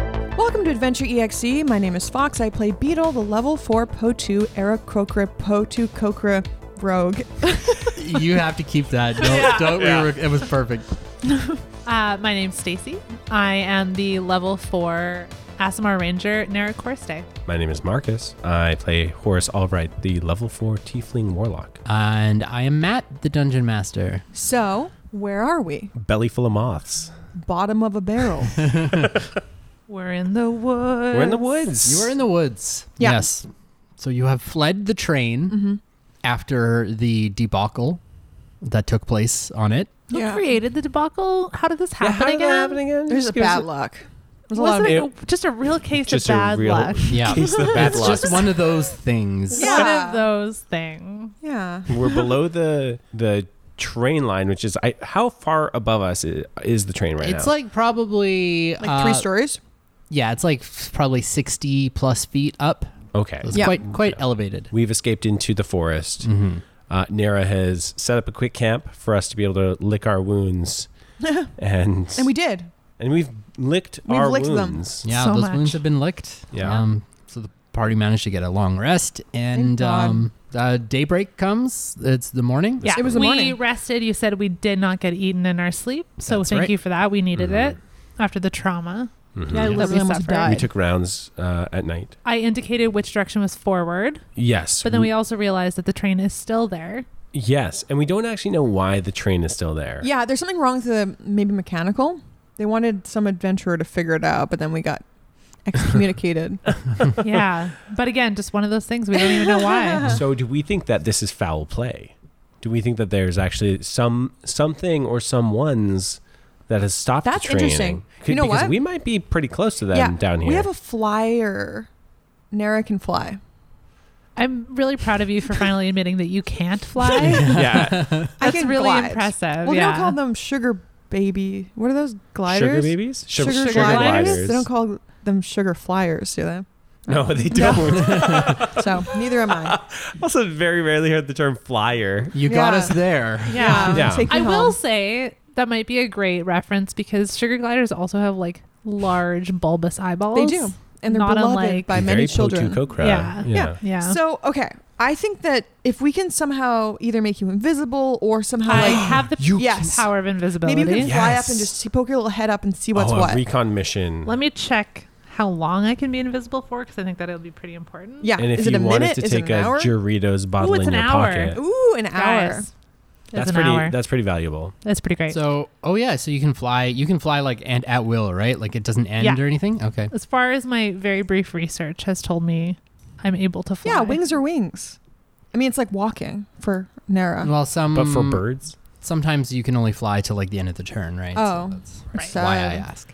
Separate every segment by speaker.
Speaker 1: to Adventure EXE. My name is Fox. I play Beetle, the level 4 Po2 Eric Krokra Po2 Kokra rogue.
Speaker 2: you have to keep that. Don't, don't
Speaker 3: Yeah.
Speaker 2: we were, it was perfect.
Speaker 4: Uh, my name's Stacy. I am the level four Asimar Ranger Nara Corste.
Speaker 3: My name is Marcus. I play Horace Albright, the level 4 Tiefling Warlock.
Speaker 2: And I am Matt, the dungeon master.
Speaker 1: So, where are we?
Speaker 3: Belly full of moths.
Speaker 1: Bottom of a barrel.
Speaker 4: We're in the woods.
Speaker 3: We're in the woods.
Speaker 2: You are in the woods.
Speaker 1: Yeah.
Speaker 2: Yes. So you have fled the train after the debacle that took place on it.
Speaker 4: Who
Speaker 1: Yeah.
Speaker 4: created the debacle? How did this
Speaker 3: Yeah,
Speaker 4: happen
Speaker 3: how did
Speaker 4: again?
Speaker 3: that happen again?
Speaker 1: There's
Speaker 3: Just give us
Speaker 1: bad luck. There's a lot
Speaker 4: Was
Speaker 1: of
Speaker 4: it
Speaker 3: It-
Speaker 4: just a real case
Speaker 3: Just
Speaker 4: of bad
Speaker 3: a real
Speaker 4: luck?
Speaker 2: Yeah.
Speaker 3: case of bad
Speaker 2: It's
Speaker 3: luck.
Speaker 2: just one of those things.
Speaker 1: Yeah.
Speaker 4: One of those things.
Speaker 1: Yeah.
Speaker 3: We're below the the train line, which is I, how far above us is, is the train right now?
Speaker 2: It's like probably
Speaker 1: Like
Speaker 2: uh,
Speaker 1: three stories.
Speaker 2: Yeah, it's like f- probably sixty plus feet up.
Speaker 3: okay.
Speaker 2: It's
Speaker 1: Yeah.
Speaker 2: quite quite elevated.
Speaker 3: We've escaped into the
Speaker 2: Mm.
Speaker 3: forest.
Speaker 2: Mm-hmm.
Speaker 3: Uh, Nera has set up a quick camp for us to be able to lick our wounds, and
Speaker 1: And we did.
Speaker 3: and we've licked
Speaker 1: We've
Speaker 3: our
Speaker 1: licked them.
Speaker 3: wounds.
Speaker 2: Yeah,
Speaker 4: So
Speaker 2: those
Speaker 4: much.
Speaker 2: wounds have been licked.
Speaker 3: Yeah.
Speaker 2: Um, so the party managed to get a long rest,
Speaker 1: Thank
Speaker 2: and
Speaker 1: God.
Speaker 2: um, uh, daybreak comes. It's the morning.
Speaker 4: Yeah,
Speaker 1: It was the
Speaker 4: we
Speaker 1: morning.
Speaker 4: rested. You said we did not get eaten in our sleep, so
Speaker 2: That's
Speaker 4: thank
Speaker 2: right.
Speaker 4: you for that. We needed it
Speaker 3: Mm-hmm.
Speaker 4: after the trauma.
Speaker 3: Mhm.
Speaker 4: that we
Speaker 1: literally almost
Speaker 4: suffered.
Speaker 1: died.
Speaker 3: We took rounds uh, at night.
Speaker 4: I indicated which direction was forward,
Speaker 3: Yes,
Speaker 4: but then we also realized that the train is still there.
Speaker 3: yes, and we don't actually know why the train is still there.
Speaker 1: Yeah, there's something wrong with the maybe mechanical. They wanted some adventurer to figure it out, but then we got excommunicated.
Speaker 4: yeah, but again, just one of those things we don't even know why.
Speaker 3: So do we think that this is foul play? Do we think that there's actually some something or someone's that has stopped
Speaker 1: That's
Speaker 3: the train?
Speaker 1: interesting.
Speaker 3: C-
Speaker 1: You know
Speaker 3: because
Speaker 1: what?
Speaker 3: we might be pretty close to them
Speaker 1: yeah,
Speaker 3: down here.
Speaker 1: we have a flyer. Nara can fly.
Speaker 4: I'm really proud of you for finally admitting that you can't fly.
Speaker 3: yeah,
Speaker 1: I
Speaker 4: That's
Speaker 1: can
Speaker 4: really
Speaker 1: glide.
Speaker 4: impressive.
Speaker 1: Well, they
Speaker 4: yeah.
Speaker 1: don't call them sugar baby. What are those gliders?
Speaker 3: sugar babies, Su-
Speaker 1: Sugar,
Speaker 4: sugar
Speaker 1: gliders?
Speaker 4: gliders?
Speaker 1: They don't call them sugar flyers, do they?
Speaker 3: No, they don't.
Speaker 1: So neither am I.
Speaker 3: also, very rarely heard the term flyer.
Speaker 2: You got
Speaker 1: Yeah.
Speaker 2: us there.
Speaker 4: yeah.
Speaker 3: Yeah.
Speaker 1: Um, Take me
Speaker 4: I
Speaker 1: home.
Speaker 4: will say that might be a great reference because sugar gliders also have like large bulbous eyeballs.
Speaker 1: They do, and they're
Speaker 4: Not
Speaker 1: beloved
Speaker 4: unlike-
Speaker 1: by many
Speaker 3: very
Speaker 1: children.
Speaker 3: Potu Kokra.
Speaker 4: Yeah.
Speaker 3: yeah.
Speaker 4: Yeah.
Speaker 1: So okay, I think that if we can somehow either make you invisible or somehow
Speaker 4: I
Speaker 1: like
Speaker 4: have the
Speaker 3: You
Speaker 1: yes,
Speaker 4: power of invisibility.
Speaker 1: maybe you can fly
Speaker 3: Yes.
Speaker 1: up and just see, poke your little head up and see what's
Speaker 3: oh,
Speaker 1: what.
Speaker 3: a recon mission.
Speaker 4: Let me check how long I can be invisible for because I think that'll be pretty important.
Speaker 1: yeah,
Speaker 3: and if
Speaker 1: is
Speaker 3: you
Speaker 1: it a
Speaker 3: wanted
Speaker 1: minute?
Speaker 3: to
Speaker 1: Is it
Speaker 3: take
Speaker 1: an
Speaker 3: a
Speaker 1: hour?
Speaker 3: Doritos bottle
Speaker 4: it's
Speaker 3: in
Speaker 4: an
Speaker 3: your
Speaker 4: hour.
Speaker 3: pocket,
Speaker 1: Ooh, an
Speaker 4: Guys,
Speaker 1: hour.
Speaker 4: it's
Speaker 3: that's
Speaker 4: an
Speaker 3: pretty.
Speaker 4: hour.
Speaker 3: That's pretty valuable.
Speaker 4: That's pretty great.
Speaker 2: So oh yeah, so you can fly. You can fly like and at will, right? Like it doesn't end
Speaker 4: Yeah.
Speaker 2: or anything. Okay.
Speaker 4: as far as my very brief research has told me, I'm able to fly.
Speaker 1: Yeah, wings are wings. I mean, it's like walking for Nara.
Speaker 2: Well, some
Speaker 3: But
Speaker 4: Mm.
Speaker 3: for birds,
Speaker 2: sometimes you can only fly to like the end of the turn, right?
Speaker 1: Oh.
Speaker 2: that's
Speaker 4: Right.
Speaker 2: why
Speaker 1: Sad.
Speaker 2: I ask.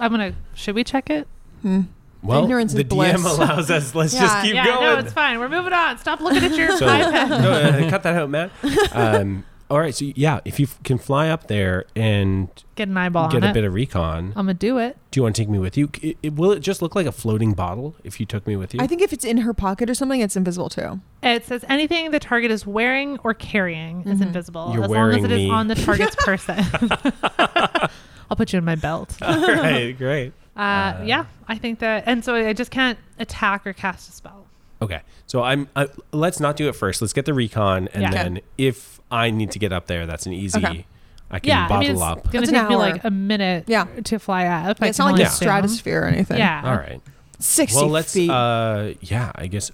Speaker 4: I'm gonna. Should we check it?
Speaker 1: Hmm.
Speaker 3: well,
Speaker 1: Ignorance is
Speaker 3: the DM
Speaker 1: bliss.
Speaker 3: allows us. Let's just
Speaker 1: Yeah.
Speaker 3: keep
Speaker 4: yeah,
Speaker 3: going.
Speaker 4: no, it's fine. We're moving on. Stop looking at your
Speaker 3: So-
Speaker 4: iPad.
Speaker 3: no, uh, cut that out, Matt. Um, all right, so yeah, if you f- can fly up there and
Speaker 4: Get an eyeball on
Speaker 3: get a
Speaker 4: it.
Speaker 3: bit of recon,
Speaker 4: I'm gonna do it.
Speaker 3: do you want to take me with you? C- it- will it just look like a floating bottle if you took me with you?
Speaker 1: I think if it's in her pocket or something, it's invisible too.
Speaker 4: It says anything the target is wearing or carrying is
Speaker 1: Mhm.
Speaker 4: invisible
Speaker 3: You're
Speaker 4: as long as
Speaker 3: wearing
Speaker 4: it is
Speaker 3: me.
Speaker 4: on the target's person. I'll put you in my belt. Uh,
Speaker 3: all right, great. Uh,
Speaker 4: yeah, I think that, and so I just can't attack or cast a spell.
Speaker 3: Okay, so I'm. Uh, let's not do it first. Let's get the recon, and
Speaker 4: Yeah. Okay.
Speaker 3: then if I need to get up there, that's an easy.
Speaker 1: Okay.
Speaker 3: I can
Speaker 4: Yeah, I mean,
Speaker 3: bottle
Speaker 4: it's
Speaker 3: up.
Speaker 4: gonna
Speaker 1: That's an
Speaker 4: take me
Speaker 1: hour.
Speaker 4: like a minute
Speaker 1: Yeah.
Speaker 4: to fly up. I
Speaker 1: it's
Speaker 4: can
Speaker 1: not like
Speaker 3: only
Speaker 1: a
Speaker 4: assume.
Speaker 1: stratosphere or anything.
Speaker 4: Yeah.
Speaker 3: All right.
Speaker 1: sixty
Speaker 3: Well, let's.
Speaker 1: feet.
Speaker 3: Uh, yeah, I guess.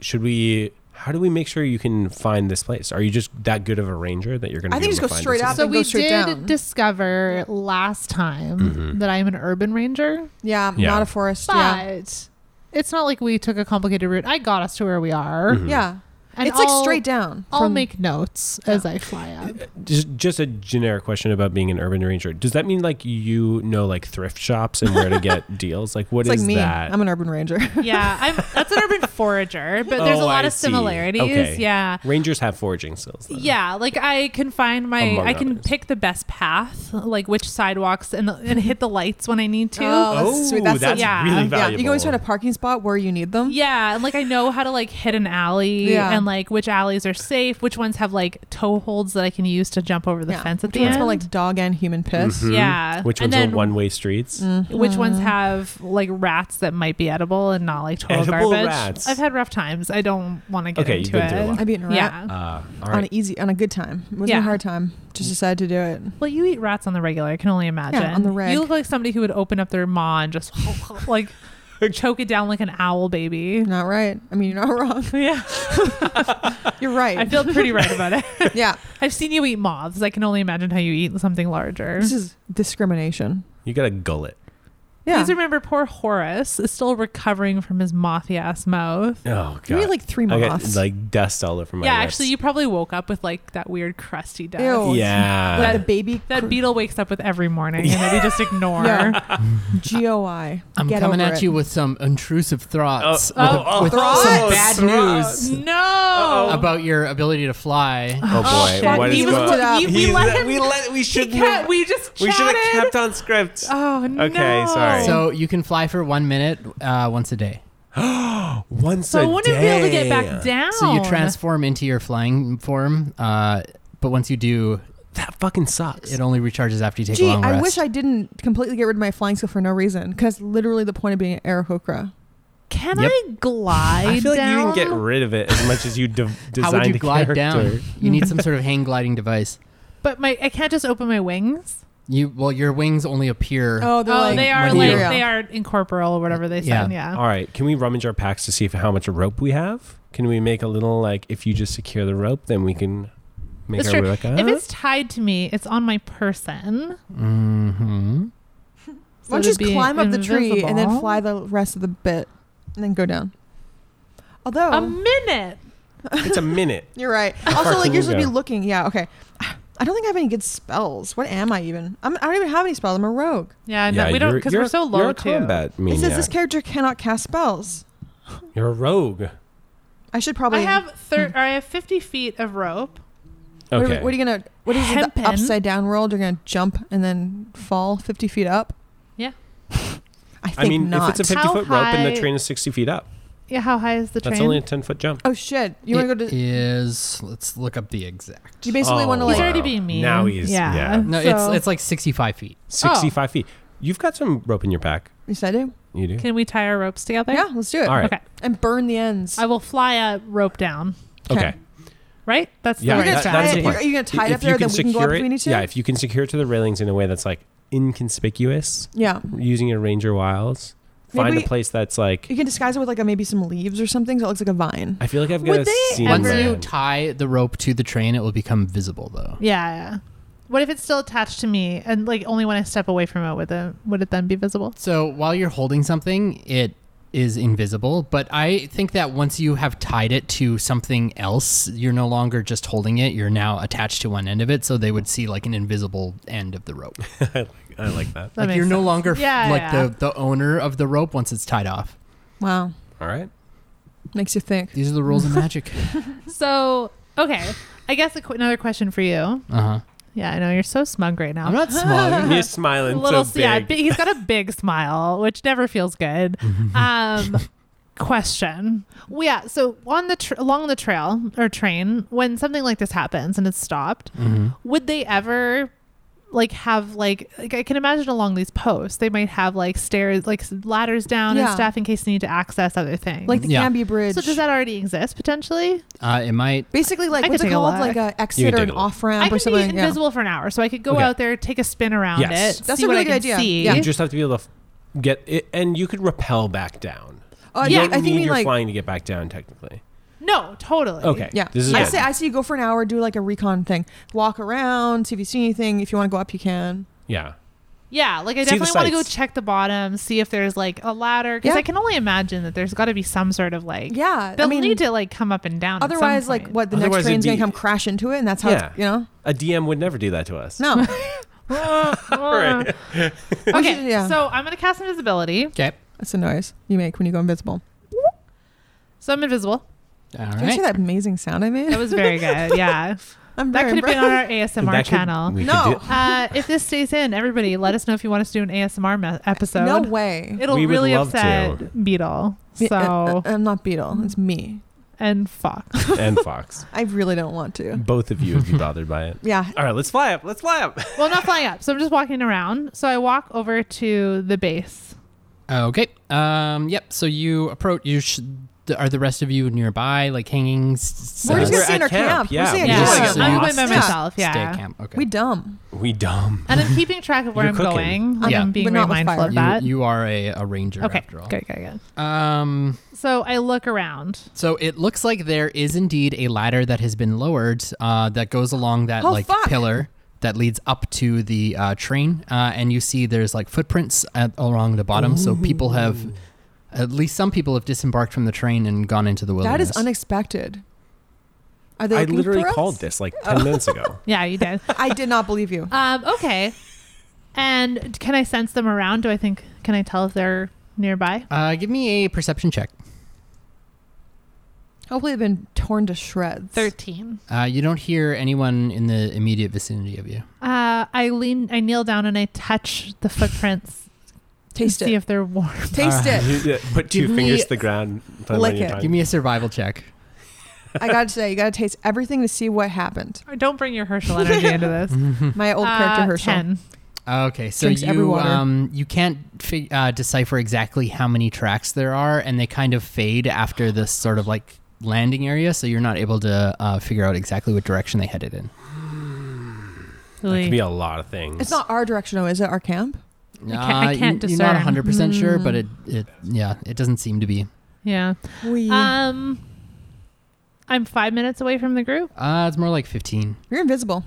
Speaker 3: Should we? How do we make sure you can find this place? Are you just that good of a ranger that you're going to?
Speaker 1: I think
Speaker 3: able
Speaker 1: just go
Speaker 3: to find
Speaker 1: straight up.
Speaker 3: this place?
Speaker 4: So
Speaker 1: Then go
Speaker 4: we
Speaker 1: straight
Speaker 4: did
Speaker 1: down.
Speaker 4: discover last time that I'm an urban ranger,
Speaker 1: yeah,
Speaker 3: yeah.
Speaker 1: not a forest.
Speaker 4: but
Speaker 1: yeah,
Speaker 4: it's not like we took a complicated route. I got us to where we are.
Speaker 1: yeah.
Speaker 4: And
Speaker 1: it's like
Speaker 4: I'll-
Speaker 1: straight down.
Speaker 4: I'll
Speaker 1: from-
Speaker 4: make notes as I fly up.
Speaker 3: Just, just a generic question about being an urban ranger. Does that mean like you know like thrift shops and where to get deals? Like what
Speaker 1: It's
Speaker 3: is
Speaker 1: like me.
Speaker 3: that?
Speaker 1: I'm an urban ranger.
Speaker 4: Yeah, I'm, that's an urban forager, but there's
Speaker 3: Oh,
Speaker 4: a lot
Speaker 3: I
Speaker 4: of
Speaker 3: see.
Speaker 4: similarities.
Speaker 3: Okay.
Speaker 4: Yeah.
Speaker 3: Rangers have foraging skills. though.
Speaker 4: Yeah, like I can find my,
Speaker 3: Among
Speaker 4: I can
Speaker 3: others.
Speaker 4: pick the best path, like which sidewalks, and and hit the lights when I need to.
Speaker 3: Oh, that's,
Speaker 1: the-
Speaker 4: yeah.
Speaker 3: really
Speaker 4: Yeah,
Speaker 3: valuable.
Speaker 1: You can always find a parking spot where you need them.
Speaker 4: Yeah, and like I know how to like hit an alley
Speaker 1: Yeah.
Speaker 4: and like which alleys are safe, which ones have like toe holds that I can use to jump over the
Speaker 1: Yeah.
Speaker 4: fence at
Speaker 1: Which
Speaker 4: the
Speaker 1: ones
Speaker 4: end.
Speaker 1: smell like dog and human piss? Mm-hmm.
Speaker 3: Mhm.
Speaker 4: Yeah.
Speaker 3: Which
Speaker 4: And
Speaker 3: ones are
Speaker 4: then-
Speaker 3: one way streets?
Speaker 1: Mm.
Speaker 4: which
Speaker 1: Uh.
Speaker 4: ones have like rats that might be edible and not like total
Speaker 3: Edible
Speaker 4: garbage.
Speaker 3: rats.
Speaker 4: I've had rough times. I don't want to get
Speaker 3: Okay,
Speaker 4: into
Speaker 3: you've been
Speaker 4: it.
Speaker 3: through a lot.
Speaker 1: I've eaten a rat
Speaker 4: yeah.
Speaker 3: Uh,
Speaker 1: on
Speaker 3: all
Speaker 1: an
Speaker 3: right.
Speaker 1: easy on a good time. It wasn't
Speaker 4: Yeah.
Speaker 1: a hard time. Just decided to do it.
Speaker 4: Well, you eat rats on the regular. I can only imagine.
Speaker 1: on the reg.
Speaker 4: You look like somebody who would open up their maw and just like choke it down like an owl baby.
Speaker 1: Not right. I mean, you're not wrong.
Speaker 4: Yeah,
Speaker 1: You're right.
Speaker 4: I feel pretty right about it.
Speaker 1: yeah.
Speaker 4: I've seen you eat moths. I can only imagine how you eat something larger.
Speaker 1: This is discrimination.
Speaker 3: You got a gullet.
Speaker 1: Yeah.
Speaker 4: Please remember, poor Horace is still recovering from his mothy ass mouth.
Speaker 3: Oh, God.
Speaker 1: Give me like three
Speaker 3: I
Speaker 1: moths.
Speaker 3: got like dust all over my
Speaker 4: yeah,
Speaker 3: lips.
Speaker 4: actually, you probably woke up with like that weird crusty dust.
Speaker 1: Ew.
Speaker 3: Yeah.
Speaker 1: like a baby.
Speaker 4: That
Speaker 1: cr-
Speaker 4: beetle wakes up with every morning and that we just ignore.
Speaker 1: Yeah. GOI.
Speaker 2: I'm
Speaker 1: Get
Speaker 2: coming
Speaker 1: over
Speaker 2: at
Speaker 1: it.
Speaker 2: you with some intrusive thoughts
Speaker 3: Oh,
Speaker 2: with,
Speaker 3: oh,
Speaker 2: with
Speaker 1: thoughts?
Speaker 2: some bad news
Speaker 4: No.
Speaker 2: about your ability to fly.
Speaker 3: Oh, boy.
Speaker 4: shit.
Speaker 3: what
Speaker 4: He
Speaker 3: is
Speaker 4: was-
Speaker 3: going
Speaker 1: he-
Speaker 3: on?
Speaker 1: we
Speaker 3: He's-
Speaker 4: let him-
Speaker 3: we let we
Speaker 4: He
Speaker 3: should
Speaker 4: can't, we just
Speaker 3: we should have
Speaker 4: chatted.
Speaker 3: kept on script.
Speaker 4: Oh no.
Speaker 3: sorry.
Speaker 2: So you can fly for one minute uh, once a day.
Speaker 3: Once
Speaker 4: Oh. so I
Speaker 3: a
Speaker 4: wouldn't be able to get back
Speaker 3: day.
Speaker 4: down.
Speaker 1: Oh,
Speaker 2: So you transform into your flying form, uh, but once you do,
Speaker 3: That fucking sucks.
Speaker 2: it only recharges after you take
Speaker 1: Gee,
Speaker 2: a long rest.
Speaker 1: I wish I didn't completely get rid of my flying skill for no reason. Because literally the point of being an aerococra.
Speaker 4: Can
Speaker 2: Yep.
Speaker 4: I glide
Speaker 3: I feel like
Speaker 4: down?
Speaker 3: you didn't get rid of it as much as you de-
Speaker 2: How
Speaker 3: designed
Speaker 2: would you
Speaker 3: the
Speaker 2: glide
Speaker 3: character.
Speaker 2: down? You need some sort of hang gliding device.
Speaker 4: But my I can't just open my wings.
Speaker 2: You well, your wings only appear.
Speaker 1: Oh, they're
Speaker 4: oh,
Speaker 1: like
Speaker 4: they are like
Speaker 2: material.
Speaker 4: they are incorporeal or whatever they
Speaker 2: Yeah.
Speaker 4: said. Yeah.
Speaker 3: All right, can we rummage our packs to see if, how much rope we have? Can we make a little like if you just secure the rope, then we can make
Speaker 4: That's
Speaker 3: our
Speaker 4: true.
Speaker 3: way like
Speaker 4: If it's tied to me, it's on my person.
Speaker 2: hmm
Speaker 1: Why
Speaker 4: So
Speaker 1: don't you
Speaker 4: it'd
Speaker 1: just
Speaker 4: be
Speaker 1: climb up the tree and then
Speaker 4: invisible.
Speaker 1: fly the rest of the bit and then go down? Although,
Speaker 4: A minute.
Speaker 3: it's a minute.
Speaker 1: you're right.
Speaker 3: far
Speaker 1: Also,
Speaker 3: can
Speaker 1: like,
Speaker 3: you
Speaker 1: you're supposed to be
Speaker 3: go?
Speaker 1: looking. Yeah, okay. I don't think I have any good spells. What am I even? I'm, I don't even have any spells. I'm a rogue.
Speaker 4: Yeah, no, we don't
Speaker 3: you're-
Speaker 4: because
Speaker 3: you're-
Speaker 4: we're so low
Speaker 3: You're a
Speaker 4: too.
Speaker 3: combat
Speaker 1: It says
Speaker 3: maniac.
Speaker 1: this character cannot cast spells.
Speaker 3: You're a rogue. Okay.
Speaker 1: I should probably.
Speaker 4: I have thir- or I have 50 feet of rope.
Speaker 1: What are, what are you gonna? What is it?
Speaker 4: Hempen.
Speaker 1: The upside down world? You're gonna jump and then fall 50 feet up?
Speaker 4: Yeah.
Speaker 1: I think
Speaker 3: I mean,
Speaker 1: not.
Speaker 3: if it's a 50
Speaker 4: How
Speaker 3: foot rope and
Speaker 4: high-
Speaker 3: the train is 60 feet up,
Speaker 4: Yeah, how high is the
Speaker 3: that's
Speaker 4: train?
Speaker 3: only a 10 foot jump.
Speaker 1: oh shit! You want to
Speaker 2: It
Speaker 1: go to?
Speaker 2: Is let's look up the exact.
Speaker 1: You basically want to
Speaker 3: Oh,
Speaker 4: He's
Speaker 1: like. Oh.
Speaker 4: already
Speaker 3: Wow.
Speaker 4: being mean.
Speaker 3: Now he's- yeah.
Speaker 2: No,
Speaker 4: So-
Speaker 2: it's it's like sixty-five feet.
Speaker 3: 65 feet. You've got some rope in your pack.
Speaker 1: Yes, I do.
Speaker 3: You do?
Speaker 4: Can we tie our ropes together?
Speaker 1: Yeah, let's do it.
Speaker 3: All right.
Speaker 4: Okay.
Speaker 1: And burn the ends.
Speaker 4: I will fly a rope down.
Speaker 3: Okay.
Speaker 4: Right? That's
Speaker 1: You're
Speaker 4: the
Speaker 3: Yeah,
Speaker 4: right
Speaker 1: gonna
Speaker 3: that-
Speaker 1: tie
Speaker 3: that's
Speaker 1: it-
Speaker 3: the point.
Speaker 1: Are you gonna tie it up
Speaker 3: you
Speaker 1: there?
Speaker 3: can
Speaker 1: Then we can go up
Speaker 3: secure
Speaker 1: if
Speaker 3: it-
Speaker 1: we need to.
Speaker 3: Yeah, if you can secure it to the railings in a way that's like inconspicuous,
Speaker 1: Yeah.
Speaker 3: using your ranger wiles, find
Speaker 1: Maybe-
Speaker 3: a place that's like.
Speaker 1: You can disguise it with like a, maybe some leaves or something, so it looks like a vine.
Speaker 3: I feel like I've
Speaker 1: Would
Speaker 3: got a
Speaker 1: they
Speaker 3: scene.
Speaker 2: Once
Speaker 4: Ever-
Speaker 2: you tie the rope to the train, it will become visible though.
Speaker 4: Yeah, yeah. What if it's still attached to me and like only when I step away from it would it would it then be visible?
Speaker 2: So while you're holding something, it is invisible. But I think that once you have tied it to something else, you're no longer just holding it. You're now attached to one end of it, so they would see like an invisible end of the rope.
Speaker 3: I, like, I like that.
Speaker 4: That
Speaker 2: like
Speaker 4: makes
Speaker 2: you're no
Speaker 4: sense.
Speaker 2: longer f-
Speaker 4: Yeah,
Speaker 2: like
Speaker 4: yeah.
Speaker 2: the the owner of the rope once it's tied off.
Speaker 1: Wow,
Speaker 3: All right.
Speaker 1: makes you think.
Speaker 2: These are the rules of magic.
Speaker 4: So okay, I guess a qu- another question for you.
Speaker 2: Uh huh.
Speaker 4: Yeah, I know you're so smug right now.
Speaker 2: I'm not
Speaker 1: Uh-huh.
Speaker 2: smug.
Speaker 3: You're smiling
Speaker 4: little,
Speaker 3: so
Speaker 4: s-
Speaker 3: big.
Speaker 4: yeah, big, he's got a big smile, which never feels good. Um, question. Well, yeah, so on the tr- along the trail or train, when something like this happens and it's stopped,
Speaker 2: Mm-hmm.
Speaker 4: would they ever? like have like, like i can imagine along these posts they might have like stairs like s- ladders down
Speaker 1: Yeah.
Speaker 4: and stuff in case they need to access other things
Speaker 1: Like the
Speaker 2: Yeah.
Speaker 1: Canby Bridge.
Speaker 4: so does that already exist potentially
Speaker 2: Uh, it might.
Speaker 1: basically like
Speaker 4: I could
Speaker 1: what's it
Speaker 4: take a
Speaker 1: called?
Speaker 4: look.
Speaker 1: Like a
Speaker 3: You
Speaker 1: exit
Speaker 3: can
Speaker 1: or
Speaker 3: take
Speaker 1: an
Speaker 3: a look.
Speaker 1: off ramp
Speaker 4: i
Speaker 1: or
Speaker 4: could be
Speaker 1: something. yeah.
Speaker 4: invisible for an hour so i could go
Speaker 3: Okay.
Speaker 4: out there take a spin around
Speaker 3: Yes.
Speaker 4: it
Speaker 1: That's
Speaker 4: see
Speaker 1: a
Speaker 4: what
Speaker 1: really
Speaker 4: I
Speaker 1: good
Speaker 4: can
Speaker 1: idea.
Speaker 4: see.
Speaker 1: Yeah.
Speaker 3: You just have to be able to f- get it, and you could rappel back down.
Speaker 1: Oh, I
Speaker 3: You
Speaker 1: think-
Speaker 3: don't
Speaker 1: I think
Speaker 3: need
Speaker 1: you mean
Speaker 3: your
Speaker 1: like.
Speaker 3: flying to get back down, technically.
Speaker 4: no totally
Speaker 3: Okay.
Speaker 1: Yeah,
Speaker 3: This is
Speaker 1: I
Speaker 3: good.
Speaker 1: say I say you go for an hour, do like a recon thing, walk around, see if you see anything. If you want to go up, you can.
Speaker 3: Yeah.
Speaker 4: Yeah, like I
Speaker 3: See the
Speaker 4: definitely want to go
Speaker 3: sights.
Speaker 4: check the bottom, see if there's like a ladder, because
Speaker 1: Yeah.
Speaker 4: I can only imagine that there's got to be some sort of like
Speaker 1: Yeah,
Speaker 4: they'll
Speaker 1: I mean,
Speaker 4: need to like come up and down. at some
Speaker 1: otherwise, like
Speaker 4: point.
Speaker 1: what the
Speaker 3: Otherwise
Speaker 1: next
Speaker 3: it'd
Speaker 1: train's gonna
Speaker 3: be-
Speaker 1: come crash into it, and that's how
Speaker 3: Yeah.
Speaker 1: it's, you know.
Speaker 3: A DM would never do that to us.
Speaker 1: No,
Speaker 4: okay,
Speaker 1: should- yeah.
Speaker 4: so I'm gonna cast invisibility,
Speaker 2: Okay.
Speaker 1: that's a noise you make when you go invisible.
Speaker 4: so I'm invisible.
Speaker 2: All
Speaker 1: Did you
Speaker 2: right.
Speaker 1: see that amazing sound I made?
Speaker 4: That was very good. Yeah,
Speaker 1: I'm
Speaker 4: that
Speaker 1: very
Speaker 4: could have been
Speaker 1: impressed.
Speaker 4: on our ASMR
Speaker 3: That could-
Speaker 4: channel.
Speaker 3: we could
Speaker 1: No.
Speaker 3: do-
Speaker 4: uh, if this stays in, everybody, let us know if you want us to do an ASMR me- episode.
Speaker 1: No way.
Speaker 4: It'll
Speaker 3: We would
Speaker 4: really
Speaker 3: love
Speaker 4: upset
Speaker 3: to.
Speaker 4: Beetle.
Speaker 1: Be- uh,
Speaker 4: So
Speaker 1: uh, I'm not Beetle. It's me.
Speaker 4: and fox.
Speaker 3: and Fox.
Speaker 1: I really don't want to.
Speaker 3: Both of you would be bothered by it.
Speaker 1: Yeah.
Speaker 3: All right, let's fly up. Let's fly up.
Speaker 4: well, not flying up. So I'm just walking around. So I walk over to the base.
Speaker 2: Okay. Um. Yep. So you approach. You sh- are the rest of you nearby, like hanging. s- uh,
Speaker 1: We're
Speaker 2: s-
Speaker 1: just
Speaker 3: we're
Speaker 1: gonna stay
Speaker 3: at
Speaker 1: in our
Speaker 3: camp,
Speaker 1: camp.
Speaker 3: yeah,
Speaker 1: We're staying in
Speaker 2: we're
Speaker 1: our
Speaker 2: just
Speaker 1: camp.
Speaker 2: gonna
Speaker 4: I'm
Speaker 2: lost.
Speaker 4: going by
Speaker 1: Yeah.
Speaker 4: myself.
Speaker 2: stay
Speaker 4: Yeah.
Speaker 2: at camp. Okay.
Speaker 1: We dumb.
Speaker 3: We dumb.
Speaker 4: And I'm keeping track of where
Speaker 3: You're
Speaker 4: I'm
Speaker 3: cooking.
Speaker 4: going. Like
Speaker 2: Yeah.
Speaker 4: I'm being
Speaker 1: But
Speaker 4: very
Speaker 1: not with
Speaker 4: mindful
Speaker 1: fire.
Speaker 4: of
Speaker 2: you,
Speaker 4: that.
Speaker 2: you are a, a ranger
Speaker 4: okay.
Speaker 2: after all.
Speaker 4: Good, good, good.
Speaker 2: Um.
Speaker 4: So I look around.
Speaker 2: So it looks like there is indeed a ladder that has been lowered uh, that goes along that
Speaker 1: Oh,
Speaker 2: like
Speaker 1: fuck.
Speaker 2: pillar that leads up to the uh, train, uh, and you see there's like footprints at, along the bottom. So people have, at least some people have disembarked from the train and gone into the wilderness.
Speaker 1: That is unexpected. Are they
Speaker 3: I
Speaker 1: looking
Speaker 3: literally
Speaker 1: for us?
Speaker 3: called this like 10 minutes ago.
Speaker 4: Yeah, you did.
Speaker 1: I did not believe you.
Speaker 4: um, okay. And can I sense them around? Do I think, can I tell if they're nearby?
Speaker 2: Uh, give me a perception check.
Speaker 1: Hopefully, they've been torn to shreds.
Speaker 4: 13.
Speaker 2: Uh, you don't hear anyone in the immediate vicinity of you.
Speaker 4: Uh, I lean, I kneel down and I touch the footprints.
Speaker 1: Taste
Speaker 4: to see
Speaker 1: it.
Speaker 4: if they're warm.
Speaker 1: Taste it.
Speaker 3: You, uh, Put two
Speaker 2: Give me-
Speaker 3: fingers to the ground. Put
Speaker 1: Lick
Speaker 3: on your
Speaker 1: it.
Speaker 3: tongue.
Speaker 2: Give me a survival check.
Speaker 1: I gotta say, you gotta taste everything to see what happened.
Speaker 4: Or Don't bring your Herschel energy into this.
Speaker 1: My old
Speaker 4: Uh,
Speaker 1: character Herschel.
Speaker 4: 10.
Speaker 2: Okay, so
Speaker 1: Drinks every
Speaker 2: you
Speaker 1: water.
Speaker 2: um you can't fig- uh, decipher exactly how many tracks there are, and they kind of fade after this sort of like landing area, so you're not able to uh, figure out exactly what direction they headed in.
Speaker 3: It
Speaker 4: Really.
Speaker 3: could be a lot of things.
Speaker 1: It's not our direction, though, is it? Our camp?
Speaker 4: can't- I can't
Speaker 2: Uh, you, are not
Speaker 4: discern.
Speaker 2: 100 percent sure,
Speaker 1: Hmm.
Speaker 2: but it it yeah, it doesn't seem to be.
Speaker 4: yeah.
Speaker 1: We.
Speaker 4: Um, I'm five minutes away from the group.
Speaker 2: Uh, it's more like 15.
Speaker 1: You're invisible.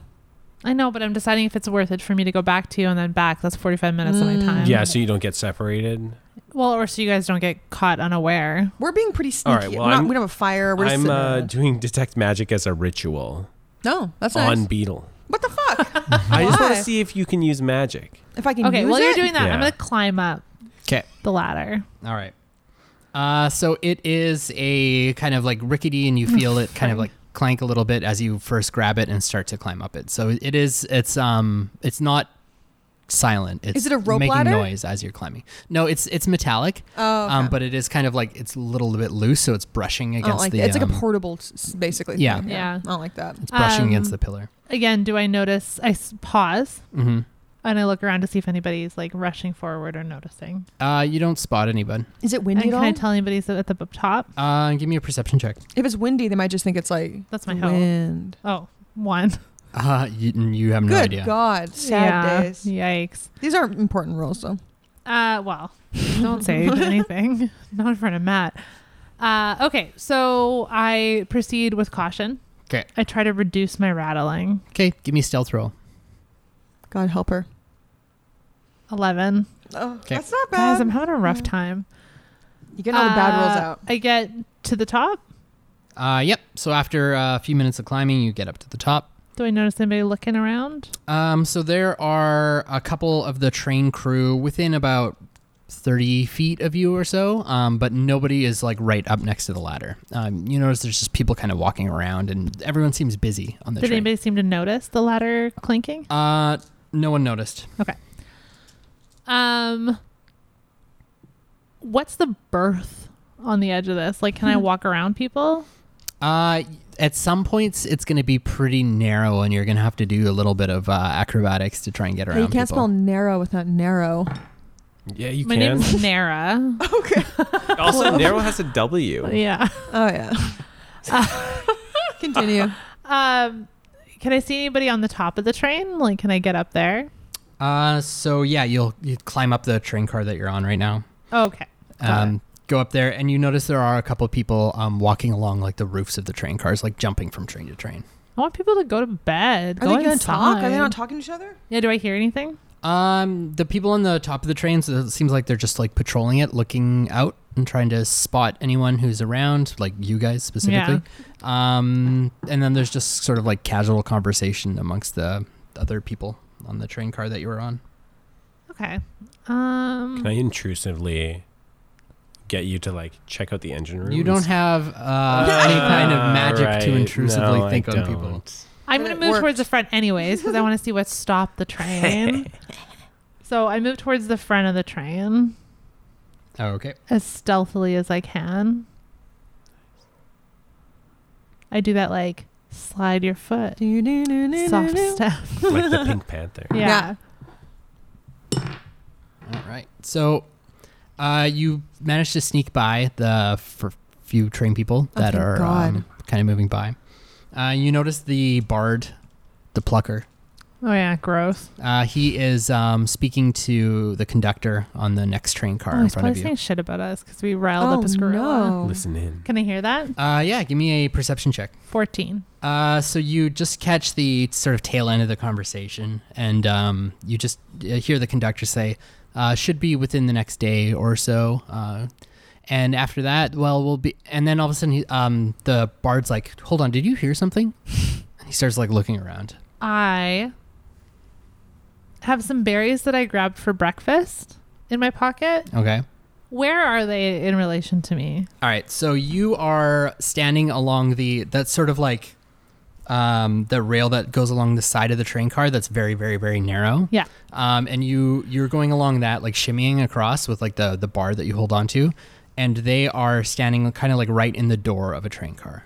Speaker 4: I know, but I'm deciding if it's worth it for me to go back to you and then back. That's 45 minutes of my
Speaker 1: Mm.
Speaker 4: time.
Speaker 3: yeah, so you don't get separated.
Speaker 4: Well, or so you guys don't get caught unaware.
Speaker 1: We're being pretty sneaky.
Speaker 3: All right, well,
Speaker 1: We're not,
Speaker 3: I'm-
Speaker 1: we don't have a fire. We're just
Speaker 3: I'm
Speaker 1: sitting
Speaker 3: uh,
Speaker 1: around.
Speaker 3: doing detect magic as a ritual
Speaker 1: no, that's
Speaker 3: on
Speaker 1: nice.
Speaker 3: Beetle.
Speaker 1: What the fuck?
Speaker 3: I just want
Speaker 1: Why?
Speaker 3: to see if you can use magic.
Speaker 1: if I can
Speaker 4: Okay,
Speaker 1: use
Speaker 4: well,
Speaker 1: it,
Speaker 4: you're doing that. I'm
Speaker 3: Yeah.
Speaker 4: going to climb up
Speaker 2: Okay.
Speaker 4: the ladder.
Speaker 2: All right. Uh, so it is a kind of like rickety, and you feel it kind of like clank a little bit as you first grab it and start to climb up it. So it is. It's um. It's not silent. It's
Speaker 1: Is it a rope
Speaker 2: making
Speaker 1: ladder?
Speaker 2: noise as you're climbing? No, it's it's metallic.
Speaker 1: Oh, okay. Oh,
Speaker 2: Um, but it is kind of like it's a little bit loose, so it's brushing
Speaker 1: I don't
Speaker 2: against
Speaker 1: like
Speaker 2: the.
Speaker 1: that. It's like a
Speaker 2: um,
Speaker 1: portable, s- s- basically.
Speaker 2: Yeah.
Speaker 1: thing.
Speaker 4: Yeah.
Speaker 1: I don't like that.
Speaker 2: it's brushing against
Speaker 4: Um,
Speaker 2: the pillar.
Speaker 4: Again, do I notice? I s- pause
Speaker 2: hmm
Speaker 4: and I look around to see if anybody's like rushing forward or noticing.
Speaker 2: Uh, you don't spot anybody.
Speaker 1: Is it
Speaker 4: And
Speaker 1: windy
Speaker 4: can
Speaker 1: at all?
Speaker 4: I tell anybody's at the b- top?
Speaker 2: Uh, give me a perception check.
Speaker 1: if it's windy, they might just think it's like
Speaker 4: That's my hope.
Speaker 1: wind.
Speaker 4: Oh, one.
Speaker 2: Uh, you, you have no
Speaker 1: Good
Speaker 2: idea.
Speaker 1: God, sad
Speaker 4: Yeah.
Speaker 1: days.
Speaker 4: Yikes.
Speaker 1: These aren't important rules, though.
Speaker 4: Uh, well, don't say anything. Not in front of Matt. Uh, okay, so I proceed with caution.
Speaker 2: 'Kay.
Speaker 4: I try to reduce my rattling.
Speaker 2: Okay, give me a stealth roll.
Speaker 1: God help her.
Speaker 4: Eleven.
Speaker 1: Oh,
Speaker 2: 'Kay.
Speaker 1: that's not bad.
Speaker 4: Guys, I'm having a rough time.
Speaker 1: You're getting all the bad rules
Speaker 4: Uh,
Speaker 1: out.
Speaker 4: I get to the top.
Speaker 2: Uh, yep. So after uh, a few minutes of climbing, you get up to the top.
Speaker 4: Do I notice anybody looking around?
Speaker 2: Um, so there are a couple of the train crew within about 30 feet of you or so, um, but nobody is like right up next to the ladder. Um, you notice there's just people kind of walking around and everyone seems busy on the
Speaker 4: Did
Speaker 2: train.
Speaker 4: anybody seem to notice the ladder clinking?
Speaker 2: uh, no one noticed.
Speaker 4: Um, what's the berth on the edge of this? Like, can I walk around people?
Speaker 2: Uh, at some points, it's going to be pretty narrow and you're going to have to do a little bit of uh, acrobatics to try and get
Speaker 1: Hey,
Speaker 2: around.
Speaker 1: Oh, you can't
Speaker 2: people.
Speaker 1: spell narrow without narrow.
Speaker 3: Yeah, you
Speaker 4: my
Speaker 3: can.
Speaker 4: name's Nara.
Speaker 1: Okay.
Speaker 3: also, Narrow has a W.
Speaker 4: yeah.
Speaker 1: Oh yeah. Continue.
Speaker 4: Um, can I see anybody on the top of the train? Like, can I get up there?
Speaker 2: Uh, so yeah, you'll you climb up the train car that you're on right now.
Speaker 4: Okay. Got
Speaker 2: um, go up there and you notice there are a couple of people um, walking along like the roofs of the train cars like jumping from train to train
Speaker 4: I want people to go to bed.
Speaker 1: Are
Speaker 4: go
Speaker 1: they gonna talk? Are they
Speaker 4: inside.
Speaker 1: not talking to each other?
Speaker 4: Yeah. Do I hear anything?
Speaker 2: um, the people on the top of the train so it seems like they're just like patrolling it looking out and trying to spot anyone who's around like you guys specifically um, and then there's just sort of like casual conversation amongst the other people on the train car that you were on
Speaker 4: Okay. Um.
Speaker 3: Can I intrusively get you to like check out the engine Ah, room?
Speaker 2: you don't have uh, any kind of magic to intrusively think on people
Speaker 1: And
Speaker 4: I'm going
Speaker 1: it
Speaker 4: to move
Speaker 1: worked.
Speaker 4: towards the front anyways because I want to see what stopped the train. so I move towards the front of the train
Speaker 2: oh, okay
Speaker 4: as stealthily as I can. I do that like slide your foot, soft
Speaker 1: Do-do-do-do-do-do.
Speaker 4: step.
Speaker 3: like the Pink Panther.
Speaker 4: Yeah.
Speaker 1: Yeah.
Speaker 2: All right. So uh, you managed to sneak by the f- few train people
Speaker 1: Oh,
Speaker 2: that
Speaker 1: thank
Speaker 2: are
Speaker 1: God.
Speaker 2: um, kind of moving by. Uh, you notice the bard, the plucker.
Speaker 4: Oh yeah, gross.
Speaker 2: Uh, he is um, speaking to the conductor on the next train car
Speaker 4: Oh,
Speaker 2: in
Speaker 4: he's
Speaker 2: front
Speaker 4: probably
Speaker 2: of you.
Speaker 4: saying shit about us because we riled
Speaker 1: Oh,
Speaker 4: up his gorilla.
Speaker 1: no.
Speaker 3: Listen in.
Speaker 4: Can I hear that?
Speaker 2: Uh, yeah, give me a perception check.
Speaker 4: Fourteen.
Speaker 2: Uh, so you just catch the sort of tail end of the conversation, and um, you just uh, hear the conductor say, uh, "Should be within the next day or so." Uh, and after that, well, we'll be. And then all of a sudden, he, um, the bard's like, "Hold on, did you hear something?" And he starts like looking around.
Speaker 4: I have some berries that I grabbed for breakfast in my pocket.
Speaker 2: Okay.
Speaker 4: Where are they in relation to me?
Speaker 2: All right. So you are standing along the that's sort of like um, the rail that goes along the side of the train car. That's very, very, very narrow.
Speaker 4: Yeah.
Speaker 2: um, and you you're going along that like shimmying across with like the the bar that you hold on to and they are standing kind of like right in the door of a train car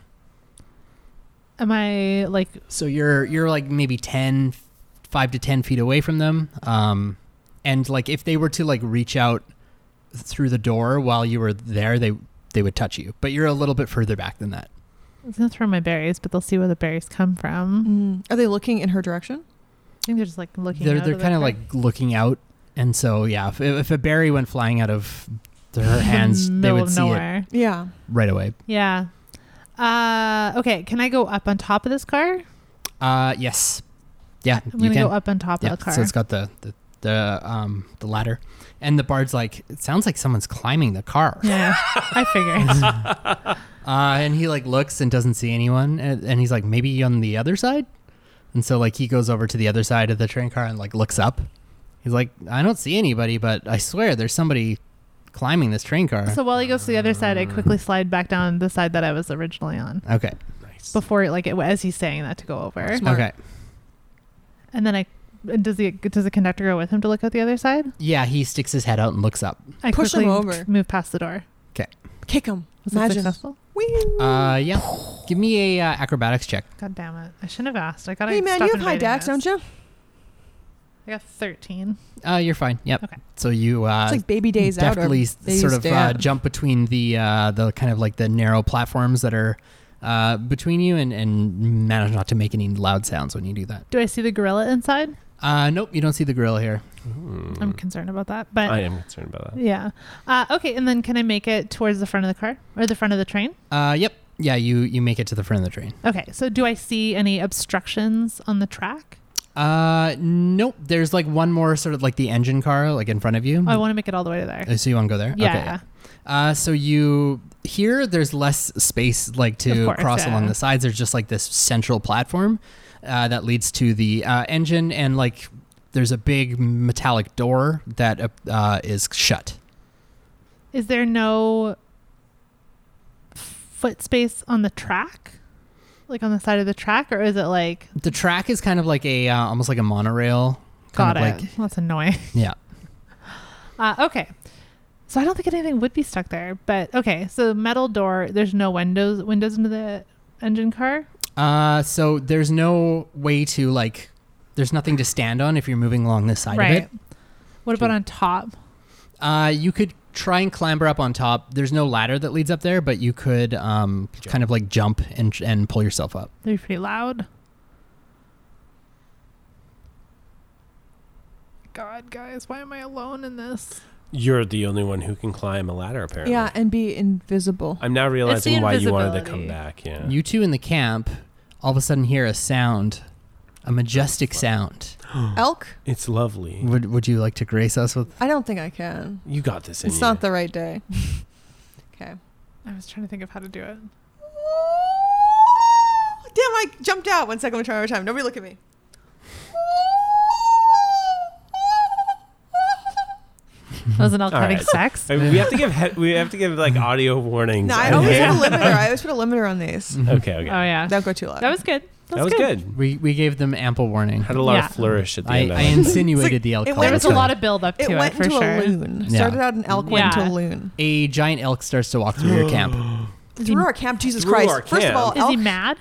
Speaker 4: Am I like
Speaker 2: so you're you're like maybe 10 5 to 10 feet away from them um, and like if they were to like reach out through the door while you were there they they would touch you but you're a little bit further back than that
Speaker 4: I was gonna throw my berries, but they'll see where the berries come from.
Speaker 1: Mm. Are they looking in her direction?
Speaker 4: I think they're just like looking.
Speaker 2: they're
Speaker 4: out
Speaker 2: they're
Speaker 4: the
Speaker 2: kind of
Speaker 4: car.
Speaker 2: like looking out and so yeah if, if a berry went flying out of her hands they
Speaker 4: Middle
Speaker 2: would
Speaker 4: of
Speaker 2: see it
Speaker 4: nowhere.
Speaker 1: Yeah.
Speaker 2: right away
Speaker 4: Yeah. Uh, okay. Can I go up on top of this car?
Speaker 2: Uh, yes. Yeah,
Speaker 4: I'm
Speaker 2: you
Speaker 4: gonna
Speaker 2: can.
Speaker 4: go up on top
Speaker 2: yeah,
Speaker 4: of the car.
Speaker 2: so it's got the, the the um the ladder, and the bard's like, it sounds like someone's climbing the car.
Speaker 4: yeah, I figured.
Speaker 2: Uh, and he like looks and doesn't see anyone, and, and he's like, maybe on the other side. And so like he goes over to the other side of the train car and like looks up. He's like, I don't see anybody, but I swear there's somebody climbing this train car.
Speaker 4: so while he goes to the other side, I quickly slide back down the side that I was originally on
Speaker 2: okay.
Speaker 3: Nice.
Speaker 4: before, like, it, as he's saying that to go over,
Speaker 1: Smart.
Speaker 2: Okay.
Speaker 4: and then I. and Does the does the conductor go with him to look out the other side?
Speaker 2: Yeah, he sticks his head out and looks up.
Speaker 4: I
Speaker 1: Push him
Speaker 4: quickly
Speaker 1: over.
Speaker 4: Move past the door.
Speaker 1: Kick him.
Speaker 4: Was it
Speaker 1: Imagine.
Speaker 4: successful?
Speaker 1: Whee!
Speaker 2: Uh, yeah. Give me a uh, acrobatics check.
Speaker 4: God damn it! I shouldn't have asked. I gotta.
Speaker 1: hey man,
Speaker 4: stop
Speaker 1: you have high
Speaker 4: inviting
Speaker 1: dax,
Speaker 4: this.
Speaker 1: don't you?
Speaker 4: I got thirteen.
Speaker 2: Uh, you're fine. Yep.
Speaker 4: Okay.
Speaker 2: So you uh,
Speaker 1: It's like baby days out. or
Speaker 2: definitely s-
Speaker 1: days
Speaker 2: sort of uh,
Speaker 1: down.
Speaker 2: jump between the uh, the kind of like the narrow platforms that are uh, between you and, and manage not to make any loud sounds when you do that.
Speaker 4: Do I see the gorilla inside?
Speaker 2: Uh, nope, you don't see the gorilla here.
Speaker 3: Hmm.
Speaker 4: I'm concerned about that, but
Speaker 3: I am concerned about that.
Speaker 4: Yeah. Uh, okay, and then can I make it towards the front of the car or the front of the train?
Speaker 2: Uh, yep, yeah, you you make it to the front of the train.
Speaker 4: Okay, so do I see any obstructions on the track?
Speaker 2: Uh, nope, there's like one more sort of like the engine car like in front of you.
Speaker 4: Oh, I want to make it all the way to there.
Speaker 2: Mm. Uh, so you want to go there?
Speaker 4: yeah.
Speaker 2: Okay, Uh, so you here there's less space like to
Speaker 4: Of course,
Speaker 2: cross
Speaker 4: yeah.
Speaker 2: along the sides. There's just like this central platform uh, that leads to the uh, engine, and like there's a big metallic door that uh, uh, is shut.
Speaker 4: Is there no foot space on the track? Like on the side of the track or is it like
Speaker 2: The track is kind of like a uh, almost like a monorail.
Speaker 4: got
Speaker 2: Kind of
Speaker 4: it? That's annoying.
Speaker 2: yeah.
Speaker 4: Uh, okay. So I don't think anything would be stuck there, but okay. So metal door, there's no windows windows into the engine car.
Speaker 2: Uh, so there's no way to like. There's nothing to stand on if you're moving along this side of it.
Speaker 4: right. What about
Speaker 3: Okay.
Speaker 4: on top?
Speaker 2: Uh, you could try and clamber up on top. There's no ladder that leads up there, but you could um, kind of like jump and and pull yourself up.
Speaker 4: They're pretty loud. God, guys, why am I alone in this?
Speaker 3: You're the only one who can climb a ladder, apparently.
Speaker 1: Yeah, and be invisible.
Speaker 3: I'm now realizing why you wanted to
Speaker 4: invisibility.
Speaker 3: come back. Yeah.
Speaker 2: You two in the camp all of a sudden hear a sound, a majestic sound.
Speaker 1: Elk?
Speaker 3: it's lovely.
Speaker 2: Would Would you like to grace us with?
Speaker 1: I don't think I can.
Speaker 3: You got this in
Speaker 1: It's
Speaker 3: you.
Speaker 1: not the right day. okay.
Speaker 4: I was trying to think of how to do it.
Speaker 1: Damn, I jumped out. One second, I'm gonna try one more time. Nobody look at me.
Speaker 4: Wasn't elk
Speaker 3: All
Speaker 4: having
Speaker 3: right.
Speaker 4: sex?
Speaker 3: I mean, we have to give he- we have to give like audio warnings.
Speaker 1: No, I always
Speaker 3: okay?
Speaker 1: put a limiter. I always put a limiter on these.
Speaker 3: okay, okay.
Speaker 4: Oh yeah,
Speaker 1: Don't go too loud.
Speaker 4: that was good. That
Speaker 3: That was good.
Speaker 2: We we gave them ample warning.
Speaker 3: Had a lot
Speaker 4: Yeah.
Speaker 3: of flourish at the
Speaker 2: I,
Speaker 3: end.
Speaker 2: I
Speaker 3: of it.
Speaker 2: insinuated the elk.
Speaker 1: it
Speaker 4: There
Speaker 1: went
Speaker 4: was a
Speaker 1: to-
Speaker 4: lot of build up to
Speaker 1: it
Speaker 4: it,
Speaker 1: went
Speaker 4: for
Speaker 1: into
Speaker 4: sure.
Speaker 1: a loon.
Speaker 2: Yeah.
Speaker 1: Started out an elk, went into
Speaker 4: Yeah.
Speaker 1: a loon.
Speaker 2: a giant elk starts to walk through your camp.
Speaker 1: through our camp, Jesus
Speaker 3: Through
Speaker 1: Christ.
Speaker 3: our
Speaker 1: First of
Speaker 3: camp.
Speaker 1: all,
Speaker 4: Is he
Speaker 1: elk-
Speaker 4: mad?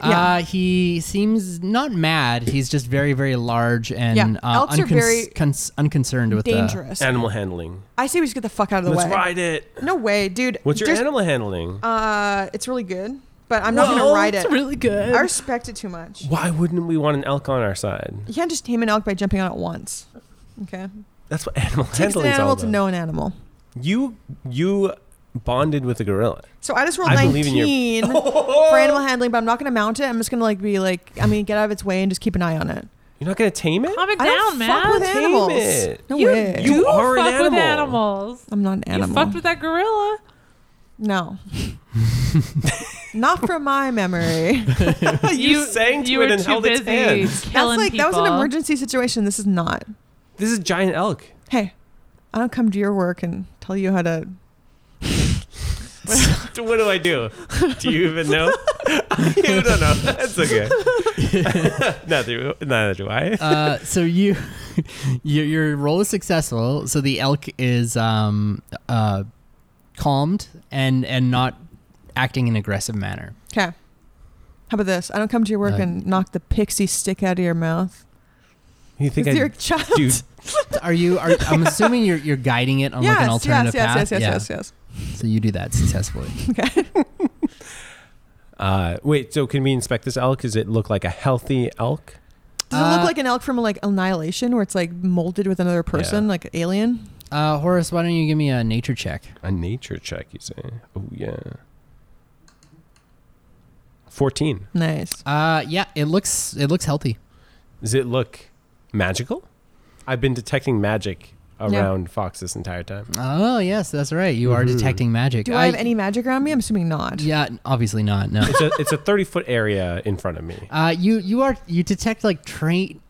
Speaker 1: Yeah.
Speaker 2: Uh, he seems not mad. He's just very, very large and
Speaker 1: Yeah,
Speaker 2: uh,
Speaker 1: elks are
Speaker 2: uncon-
Speaker 1: very
Speaker 2: cons- unconcerned with uh, the-
Speaker 1: dangerous.
Speaker 3: Animal handling.
Speaker 1: I say we just get the fuck out of the
Speaker 3: Let's
Speaker 1: way.
Speaker 3: ride it.
Speaker 1: No way, dude.
Speaker 3: What's your
Speaker 1: There's-
Speaker 3: animal handling?
Speaker 1: Uh, it's really good, but I'm not gonna ride it.
Speaker 4: really good.
Speaker 1: I respect it too much.
Speaker 3: Why wouldn't we want an elk on our side?
Speaker 1: You can't just tame an elk by jumping on it once. Okay,
Speaker 3: That's what animal
Speaker 1: takes an
Speaker 3: handling's all
Speaker 1: animal to
Speaker 3: about.
Speaker 1: know an animal.
Speaker 3: You you bonded with a gorilla.
Speaker 1: So I just rolled
Speaker 3: I believe in your-
Speaker 1: 19 for animal handling, but I'm not gonna mount it. I'm just gonna like be like, I mean, get out of its way and just keep an eye on it.
Speaker 3: You're not gonna tame it.
Speaker 4: Calm it
Speaker 1: I don't
Speaker 4: down,
Speaker 1: fuck
Speaker 4: man.
Speaker 1: with
Speaker 3: Tame
Speaker 1: animals.
Speaker 3: it.
Speaker 1: No
Speaker 4: you
Speaker 1: way.
Speaker 4: do
Speaker 3: You are an
Speaker 4: fuck with
Speaker 3: animal.
Speaker 4: animals.
Speaker 1: I'm not an
Speaker 4: You
Speaker 1: animal.
Speaker 4: fucked with that gorilla.
Speaker 1: no. not from my memory.
Speaker 3: You sang to
Speaker 4: you
Speaker 3: it
Speaker 4: were
Speaker 3: and
Speaker 4: too
Speaker 3: held its
Speaker 4: busy
Speaker 3: hands.
Speaker 1: That's
Speaker 4: killing
Speaker 1: like that was an
Speaker 4: people.
Speaker 1: emergency situation. This is not.
Speaker 3: This is giant elk.
Speaker 1: Hey, I don't come to your work and tell you how to.
Speaker 3: So what do I do? Do you even know? you don't know. That's okay. neither, neither do I.
Speaker 2: uh, so you, your, your role is successful. So the elk is um, uh, calmed and and not acting in aggressive manner.
Speaker 1: Okay. How about this? I don't come to your work
Speaker 2: Uh,
Speaker 1: and knock the pixie stick out of your mouth.
Speaker 3: You think
Speaker 1: Is
Speaker 3: I
Speaker 1: your child?
Speaker 3: do?
Speaker 2: Are you? Are, I'm assuming you're you're guiding it on like an
Speaker 1: yes, yes, yes,
Speaker 2: alternative
Speaker 1: yes,
Speaker 2: path.
Speaker 1: yes,
Speaker 2: Yeah.
Speaker 1: yes, yes.
Speaker 2: So you do that successfully.
Speaker 3: Uh, wait. So can we inspect this elk? Does it look like a healthy elk?
Speaker 1: Does it
Speaker 2: Uh,
Speaker 1: look like an elk from like Annihilation, where it's like molded with another person, like an alien?
Speaker 2: Uh, Horace, why don't you give me a nature check?
Speaker 3: A nature check, you say? Oh yeah. Fourteen.
Speaker 1: Nice.
Speaker 2: Uh, yeah, it looks it looks healthy.
Speaker 3: Does it look magical? I've been detecting magic around Fox this entire time.
Speaker 2: Oh yes, that's right. You are
Speaker 3: Mhm.
Speaker 2: detecting magic.
Speaker 1: Do I have any magic around me? I'm assuming not.
Speaker 2: Yeah, obviously not. No.
Speaker 3: It's a it's a thirty foot area in front of me.
Speaker 2: Uh, you you are you detect like train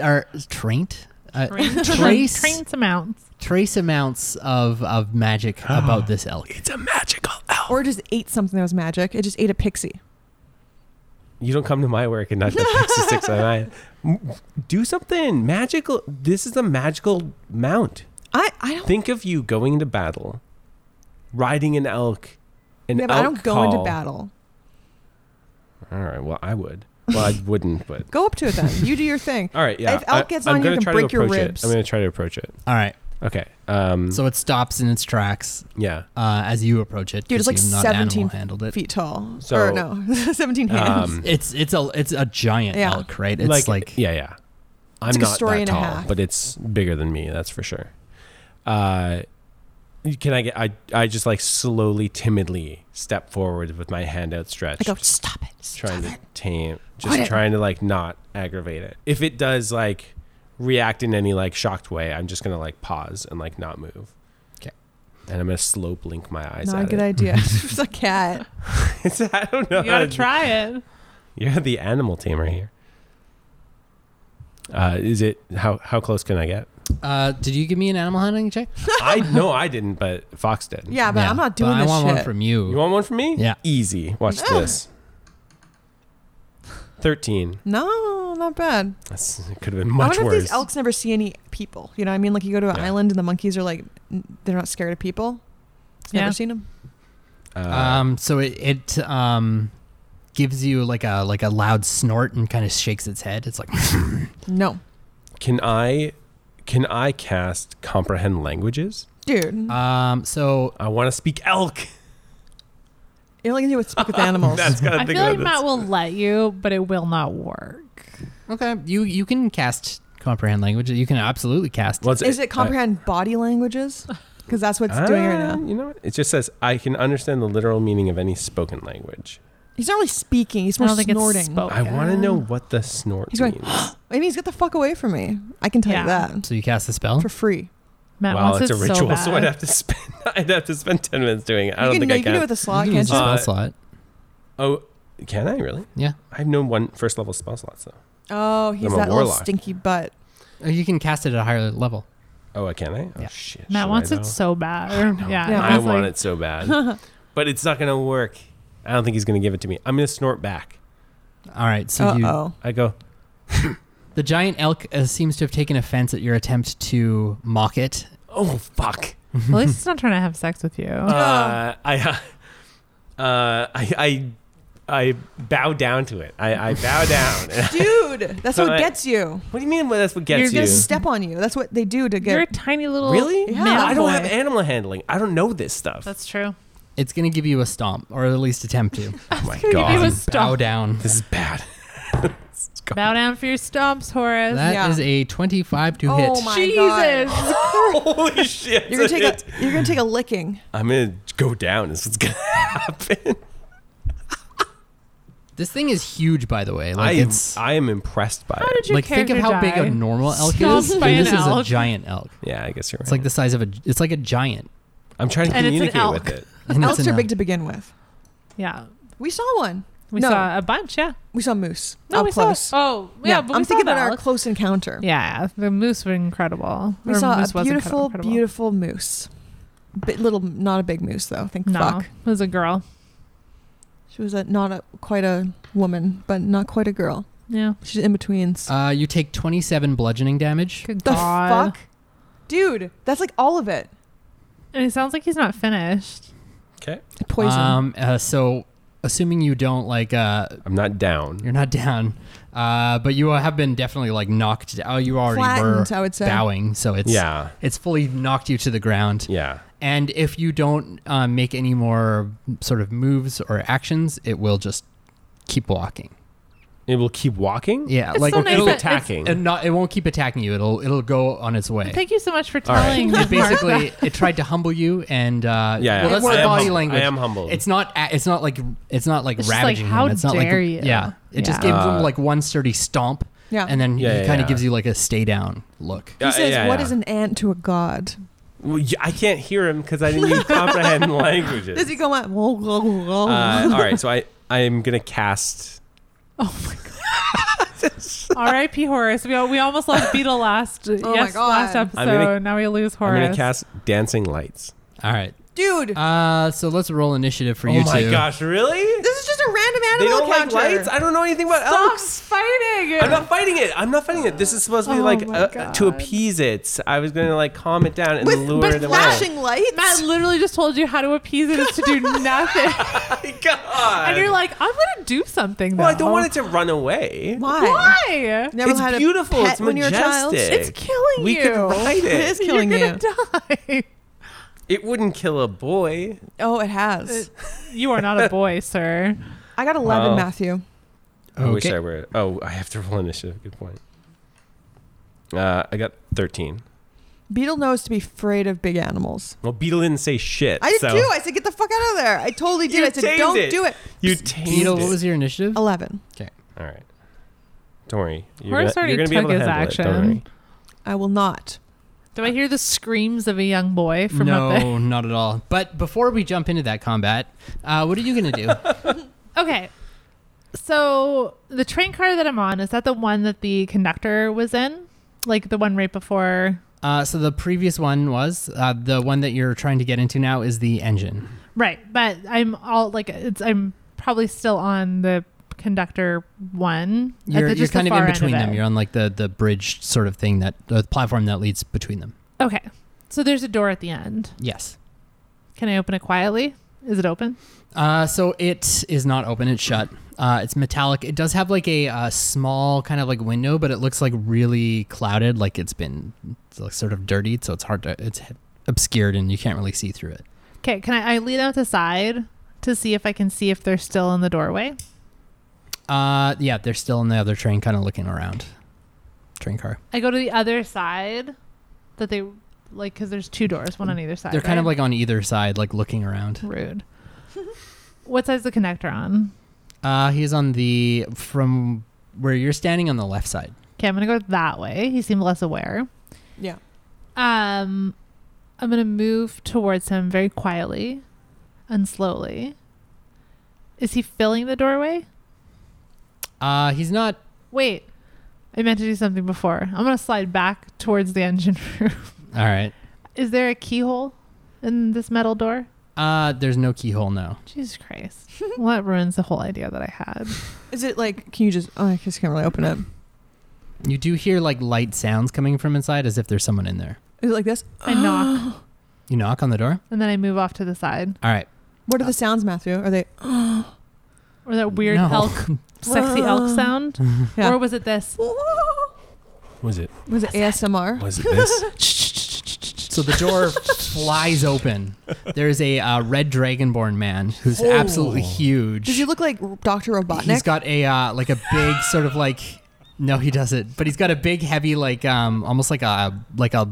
Speaker 2: or traint uh,
Speaker 4: Train
Speaker 2: trace
Speaker 4: train some mounts.
Speaker 2: trace amounts of of magic about this elk.
Speaker 3: It's a magical elk.
Speaker 1: Or it just ate something that was magic. It just ate a pixie.
Speaker 3: You don't come to my work and not the pixie sticks on mine. M- Do something magical. This is a magical mount.
Speaker 1: I, I don't.
Speaker 3: Think of you going into battle, riding an elk. An
Speaker 1: yeah, but I don't
Speaker 3: elk
Speaker 1: go into
Speaker 3: call.
Speaker 1: battle.
Speaker 3: All right. Well, I would. Well, I wouldn't, but.
Speaker 1: Go up to it then. You do your thing.
Speaker 3: All right, yeah.
Speaker 1: If elk gets on you,
Speaker 3: gonna
Speaker 1: you can
Speaker 3: try to
Speaker 1: break your
Speaker 3: approach it.
Speaker 1: ribs.
Speaker 3: I'm going to try to approach it.
Speaker 2: All right,
Speaker 3: Okay. Um,
Speaker 2: so it stops in its tracks
Speaker 3: yeah.
Speaker 2: uh, as you approach it.
Speaker 1: Dude, it's
Speaker 2: 'cause
Speaker 1: like
Speaker 2: you have not
Speaker 1: 17
Speaker 2: animal handled it.
Speaker 1: feet tall.
Speaker 3: So-
Speaker 1: or no, 17 hands.
Speaker 3: Um,
Speaker 2: It's it's a it's a giant
Speaker 1: Yeah.
Speaker 2: elk, right? It's like,
Speaker 3: yeah, yeah. I'm
Speaker 1: It's like a
Speaker 3: not
Speaker 1: story
Speaker 3: that
Speaker 1: and a
Speaker 3: tall,
Speaker 1: half.
Speaker 3: but it's bigger than me. That's for sure. Uh, can I get? I I just like slowly, timidly step forward with my hand
Speaker 1: I
Speaker 3: outstretched,
Speaker 1: go, stop it. oh, Stop
Speaker 3: trying
Speaker 1: it.
Speaker 3: to tame,
Speaker 1: Quit
Speaker 3: just
Speaker 1: it."
Speaker 3: trying to like not aggravate it. If it does like react in any like shocked way, I'm just gonna like pause and like not move.
Speaker 2: 'Kay.
Speaker 3: And I'm gonna slow blink my eyes
Speaker 1: Not a
Speaker 3: at
Speaker 1: good
Speaker 3: it.
Speaker 1: idea. it's a cat.
Speaker 3: I don't know.
Speaker 4: You gotta
Speaker 3: how to-
Speaker 4: try it.
Speaker 3: You're the animal tamer here. Uh, is it how how close can I get?
Speaker 2: Uh, did you give me an animal handling check?
Speaker 3: I no, I didn't, but Fox did.
Speaker 1: Yeah, but
Speaker 2: Yeah,
Speaker 1: I'm not doing this
Speaker 2: I want
Speaker 1: shit.
Speaker 2: one from
Speaker 3: You
Speaker 2: you.
Speaker 3: want one from me?
Speaker 2: Yeah.
Speaker 3: Easy. Watch this. Thirteen.
Speaker 1: no, not bad.
Speaker 3: That's, it could have been
Speaker 1: I
Speaker 3: much
Speaker 1: wonder if
Speaker 3: worse.
Speaker 1: these elks never see any people. You know what I mean? Like you go to an
Speaker 3: Yeah.
Speaker 1: island and the monkeys are like, n- they're not scared of people. It's
Speaker 4: Yeah.
Speaker 1: Never seen them.
Speaker 3: Uh,
Speaker 2: Um, so it it um gives you like a like a loud snort and kind of shakes its head. It's like
Speaker 1: No,
Speaker 3: can I can I cast comprehend languages?
Speaker 1: dude.
Speaker 2: um. So
Speaker 3: I want to speak elk.
Speaker 1: you only can do with speak with animals.
Speaker 3: That's gotta
Speaker 4: I
Speaker 3: think
Speaker 4: feel like
Speaker 3: about
Speaker 4: Matt will let you, but it will not work.
Speaker 2: Okay, you you can cast comprehend language. You can absolutely cast.
Speaker 3: this. Well, it's-
Speaker 1: Is
Speaker 3: I-
Speaker 1: it comprehend body languages? Because that's what it's doing right
Speaker 3: Ah,
Speaker 1: now.
Speaker 3: You know what? It just says I can understand the literal meaning of any spoken language.
Speaker 1: He's not really speaking. He's
Speaker 4: I
Speaker 1: more
Speaker 4: don't think
Speaker 1: snorting.
Speaker 4: it's spoken.
Speaker 3: I want to know what the snort
Speaker 1: Oh, He's going,
Speaker 3: means.
Speaker 1: I mean, he's get the fuck away from me. I can tell
Speaker 4: Yeah.
Speaker 1: you that
Speaker 2: so you cast the spell.
Speaker 1: for free.
Speaker 4: Matt
Speaker 3: wow,
Speaker 4: wants
Speaker 3: it's
Speaker 4: it
Speaker 3: a ritual, so,
Speaker 4: so,
Speaker 3: I'd
Speaker 4: bad.
Speaker 3: have to spend I'd have to spend ten minutes doing it. I
Speaker 1: you can,
Speaker 3: don't think
Speaker 1: no,
Speaker 3: I
Speaker 1: you
Speaker 3: can.
Speaker 1: can do it with a slot,
Speaker 2: You can
Speaker 1: can't
Speaker 2: use a
Speaker 1: you?
Speaker 2: spell
Speaker 3: Uh,
Speaker 2: slot.
Speaker 3: oh, can I really?
Speaker 2: Yeah,
Speaker 3: I have no one first level spell slots though.
Speaker 1: Oh, he's
Speaker 3: I'm a
Speaker 1: that little
Speaker 3: warlock.
Speaker 1: stinky butt.
Speaker 2: Or Uh, you can cast it at a higher level.
Speaker 3: Oh, uh, can I? Oh
Speaker 2: Yeah.
Speaker 3: shit.
Speaker 4: Matt
Speaker 3: should
Speaker 4: wants
Speaker 3: I
Speaker 4: it
Speaker 3: know?
Speaker 4: so bad. yeah,
Speaker 1: Yeah,
Speaker 4: I
Speaker 3: I
Speaker 4: was
Speaker 3: want
Speaker 4: like,
Speaker 3: it so bad, but it's not gonna work. I don't think he's gonna give it to me. I'm gonna snort back.
Speaker 2: All right, so
Speaker 1: Uh
Speaker 2: you,
Speaker 1: oh.
Speaker 3: I go.
Speaker 2: the giant elk uh, seems to have taken offense at your attempt to mock it.
Speaker 3: Oh fuck.
Speaker 4: Oh. At least it's not trying to have sex with you.
Speaker 3: Uh, I. uh, I, I I bow down to it. I, I bow down. And-
Speaker 1: Dude, that's
Speaker 3: So
Speaker 1: what
Speaker 3: I-
Speaker 1: gets you.
Speaker 3: what do you mean? Well, that's what gets
Speaker 4: You're
Speaker 1: They're
Speaker 3: you?
Speaker 1: gonna step on you. That's what they do to
Speaker 4: You're a
Speaker 1: get.
Speaker 4: tiny little
Speaker 3: really?
Speaker 1: Yeah.
Speaker 4: man
Speaker 3: I don't
Speaker 4: boy.
Speaker 3: have animal handling. I don't know this stuff.
Speaker 4: That's true.
Speaker 2: It's gonna give you a stomp, or at least attempt to.
Speaker 3: oh
Speaker 4: gonna
Speaker 3: my
Speaker 4: give you
Speaker 3: god.
Speaker 4: a-
Speaker 2: Bow
Speaker 4: stomp.
Speaker 2: down.
Speaker 3: This is bad. This is
Speaker 4: Bow down for your stumps, Horace.
Speaker 2: That is
Speaker 1: Yeah.
Speaker 2: a twenty-five to
Speaker 1: Oh
Speaker 2: hit.
Speaker 1: my
Speaker 4: Jesus.
Speaker 1: god.
Speaker 3: Holy shit!
Speaker 1: You're gonna take
Speaker 3: it.
Speaker 1: a you're gonna take a licking.
Speaker 3: I'm gonna go down. This is gonna happen.
Speaker 2: This thing is huge, by the way.
Speaker 3: I
Speaker 2: Like
Speaker 3: am,
Speaker 2: it's
Speaker 3: I am impressed by
Speaker 4: How
Speaker 3: it.
Speaker 4: did your
Speaker 2: like think of
Speaker 4: character
Speaker 2: how big
Speaker 4: die?
Speaker 2: a normal elk
Speaker 4: Stomped
Speaker 2: is.
Speaker 4: by
Speaker 2: and
Speaker 4: an
Speaker 2: this is a
Speaker 4: elk.
Speaker 2: giant elk.
Speaker 3: Yeah, I guess you're right.
Speaker 2: It's like the size of a. It's like a giant.
Speaker 3: I'm trying to
Speaker 4: And it's an
Speaker 3: communicate with
Speaker 4: elk.
Speaker 3: it.
Speaker 2: And it's
Speaker 1: Elks
Speaker 2: an
Speaker 1: are big
Speaker 2: elk.
Speaker 1: to begin with.
Speaker 4: Yeah.
Speaker 1: We saw one.
Speaker 4: We
Speaker 1: No.
Speaker 4: saw a bunch, yeah.
Speaker 1: We saw moose.
Speaker 4: No,
Speaker 1: up
Speaker 4: we
Speaker 1: close.
Speaker 4: saw. Oh, yeah. but we
Speaker 1: I'm
Speaker 4: saw
Speaker 1: thinking about
Speaker 4: the
Speaker 1: our
Speaker 4: elk.
Speaker 1: close encounter.
Speaker 4: Yeah, the moose were incredible.
Speaker 1: We
Speaker 4: Or
Speaker 1: saw
Speaker 4: moose
Speaker 1: a
Speaker 4: was incredi-
Speaker 1: beautiful,
Speaker 4: incredible.
Speaker 1: beautiful moose. Bit little, not a big moose though. Thank
Speaker 4: No,
Speaker 1: fuck.
Speaker 4: it was a girl.
Speaker 1: She was a, not a, quite a woman, but not quite a girl.
Speaker 4: Yeah.
Speaker 1: She's in
Speaker 4: Oh,
Speaker 1: betweens.
Speaker 2: Uh, you take twenty-seven bludgeoning damage.
Speaker 4: Good
Speaker 1: the
Speaker 4: God.
Speaker 1: fuck, dude? That's like all of it.
Speaker 4: And it sounds like he's not finished.
Speaker 3: Okay,
Speaker 1: Poison.
Speaker 2: Um, uh, so assuming you don't like uh,
Speaker 3: I'm not down.
Speaker 2: you're not down, uh, but you have been definitely like knocked. Oh, you already
Speaker 1: Flattened,
Speaker 2: were
Speaker 1: I would say.
Speaker 2: bowing, so it's
Speaker 3: Yeah,
Speaker 2: it's fully knocked you to the ground.
Speaker 3: yeah.
Speaker 2: And if you don't um, make any more sort of moves or actions, it will just keep walking.
Speaker 3: It will keep walking.
Speaker 2: Yeah,
Speaker 4: It's
Speaker 2: like
Speaker 4: so
Speaker 3: Or
Speaker 4: nice
Speaker 3: keep
Speaker 2: it'll,
Speaker 4: that-
Speaker 3: attacking.
Speaker 2: and not, it won't keep attacking you. It'll it'll go on its way.
Speaker 4: Thank you so much for
Speaker 3: All right.
Speaker 4: telling.
Speaker 2: it basically it tried to humble you and uh,
Speaker 3: Yeah,
Speaker 2: well, that's
Speaker 3: I
Speaker 2: the
Speaker 3: am
Speaker 2: body
Speaker 3: hum-
Speaker 2: language.
Speaker 3: I am humbled.
Speaker 2: It's not a- it's not like it's not like
Speaker 4: It's just like,
Speaker 2: ravaging
Speaker 4: how
Speaker 2: him. It's not
Speaker 4: dare
Speaker 2: like
Speaker 4: you.
Speaker 2: yeah. It just
Speaker 4: Yeah.
Speaker 2: gives him
Speaker 3: Uh,
Speaker 2: like one sturdy stomp.
Speaker 1: Yeah.
Speaker 2: and then
Speaker 3: Yeah,
Speaker 2: he
Speaker 3: yeah,
Speaker 2: kind of
Speaker 3: yeah.
Speaker 2: gives you like a stay down look.
Speaker 4: uh,
Speaker 1: he says, "What is
Speaker 3: yeah.
Speaker 1: an ant to a god?"
Speaker 3: Well, y- I can't hear him because I didn't even comprehend languages.
Speaker 1: Does he go like? Whoa, whoa, whoa.
Speaker 4: Oh.
Speaker 3: uh, all right, so I I am gonna cast.
Speaker 4: R.I.P. Horace. We, al- we almost lost Beetle last
Speaker 1: Oh my
Speaker 4: yes,
Speaker 1: God.
Speaker 4: last episode.
Speaker 3: I'm gonna-
Speaker 4: now we lose Horace.
Speaker 3: I'm gonna cast dancing lights.
Speaker 2: All right. Oh
Speaker 1: dude,
Speaker 2: Uh, so let's roll initiative for you two.
Speaker 3: really?
Speaker 1: this is just a random
Speaker 3: They
Speaker 1: animal
Speaker 3: don't like
Speaker 1: encounter.
Speaker 3: lights. I don't know anything about
Speaker 4: Stop
Speaker 2: Oh.
Speaker 3: elks.
Speaker 4: fighting.
Speaker 3: I'm not fighting it. I'm not fighting it. This is supposed to be
Speaker 4: Oh
Speaker 3: like
Speaker 4: my
Speaker 3: uh, to
Speaker 4: God.
Speaker 3: appease it. I was gonna like calm it down and
Speaker 1: with
Speaker 3: lure
Speaker 1: but
Speaker 3: it away.
Speaker 1: flashing lights.
Speaker 4: Matt literally just told you how to appease it is to do nothing.
Speaker 3: My God.
Speaker 4: and you're like, I'm going to do something.
Speaker 3: well, I
Speaker 4: though."
Speaker 3: don't want it to run away.
Speaker 1: Why?
Speaker 4: Why?
Speaker 1: Never
Speaker 3: It's
Speaker 1: had a
Speaker 3: beautiful.
Speaker 1: pet
Speaker 3: It's
Speaker 1: when you were a child.
Speaker 3: majestic.
Speaker 4: It's killing
Speaker 3: We
Speaker 4: you.
Speaker 3: could ride
Speaker 1: It is
Speaker 3: it.
Speaker 1: killing
Speaker 4: you're
Speaker 1: you.
Speaker 4: gonna die.
Speaker 3: It wouldn't kill a boy.
Speaker 1: Oh, it has.
Speaker 4: You are not a boy, sir.
Speaker 1: I got 11,
Speaker 3: Wow.
Speaker 1: Matthew.
Speaker 3: I wish
Speaker 2: Okay.
Speaker 3: I were. Oh, I have to roll initiative. Good point. Uh, I got 13.
Speaker 1: Beetle knows to be afraid of big animals.
Speaker 3: Well, Beetle didn't say shit.
Speaker 1: I did
Speaker 3: so
Speaker 1: too. I said, get the fuck out of there. I totally did.
Speaker 3: You
Speaker 1: I said,
Speaker 3: tamed
Speaker 1: don't
Speaker 3: it.
Speaker 1: do it.
Speaker 3: You tamed
Speaker 2: Beetle, what
Speaker 3: it.
Speaker 2: was your initiative?
Speaker 1: 11.
Speaker 3: All right. Don't worry. You're
Speaker 4: Horace
Speaker 3: gonna, you're
Speaker 4: already
Speaker 3: gonna be able
Speaker 4: took his
Speaker 3: to handle it. Don't
Speaker 4: action.
Speaker 3: worry.
Speaker 1: I will not.
Speaker 4: Do I hear the screams of a young boy from
Speaker 2: no,
Speaker 4: up there?
Speaker 2: not at all. But before we jump into that combat, uh, what are you gonna do?
Speaker 4: Okay. So the train car that I'm on is that the one that the conductor was in, like the one right before.
Speaker 2: Uh, so the previous one was uh, the one that you're trying to get into now is the engine.
Speaker 4: Right, but I'm all like it's I'm probably still on the conductor one. at
Speaker 2: You're,
Speaker 4: the-
Speaker 2: you're
Speaker 4: just the
Speaker 2: kind of
Speaker 4: far
Speaker 2: in
Speaker 4: end
Speaker 2: between
Speaker 4: it.
Speaker 2: them. You're on like the the bridge sort of thing that the platform that leads between them.
Speaker 4: okay. So there's a door at the end.
Speaker 2: Yes.
Speaker 4: Can I open it quietly? Is it open?
Speaker 2: Uh, so it is not open; it's shut. Uh, it's metallic. It does have like a uh, small kind of like window, but it looks like really clouded, like it's been it's, like, sort of dirtied. So it's hard to it's obscured and you can't really see through it.
Speaker 4: Okay. Can I, I lean out the side to see if I can see if they're still in the doorway?
Speaker 2: Uh, yeah, they're still in the other train, kind of looking around. Train car.
Speaker 4: I go to the other side that they like because there's two doors, one on either side.
Speaker 2: They're kind of
Speaker 4: right?
Speaker 2: like on either side, like looking around.
Speaker 4: rude. what side's the connector on?
Speaker 2: Uh, he's on the from where you're standing on the left side.
Speaker 4: Okay, I'm gonna go that way. He seemed less aware.
Speaker 1: Yeah.
Speaker 4: Um, I'm gonna move towards him very quietly and slowly. Is he filling the doorway?
Speaker 2: Uh, he's not.
Speaker 4: Wait, I meant to do something before. I'm gonna slide back towards the engine room.
Speaker 2: All right.
Speaker 4: Is there a keyhole in this metal door?
Speaker 2: Uh, there's no keyhole now.
Speaker 4: Jesus Christ! well, that ruins the whole idea that I had.
Speaker 1: Is it like, can you just, oh, I just can't really open it.
Speaker 2: You do hear like light sounds coming from inside, as if there's someone in there.
Speaker 1: Is it like this?
Speaker 4: I knock
Speaker 2: You knock on the door.
Speaker 4: and then I move off to the side.
Speaker 2: All right.
Speaker 1: What are the sounds, Matthew? Are they?
Speaker 4: Or that weird
Speaker 2: No.
Speaker 4: elk, sexy elk sound?
Speaker 1: Yeah.
Speaker 4: Or was it this?
Speaker 3: Was it?
Speaker 1: Was it ASMR?
Speaker 3: Was it this?
Speaker 2: So the door flies open. There is a uh, red dragonborn man who's absolutely huge.
Speaker 1: Does he look like Doctor
Speaker 2: He's
Speaker 1: Robotnik?
Speaker 2: got a uh, like a big sort of like no, he doesn't. But he's got a big, heavy like um almost like a like a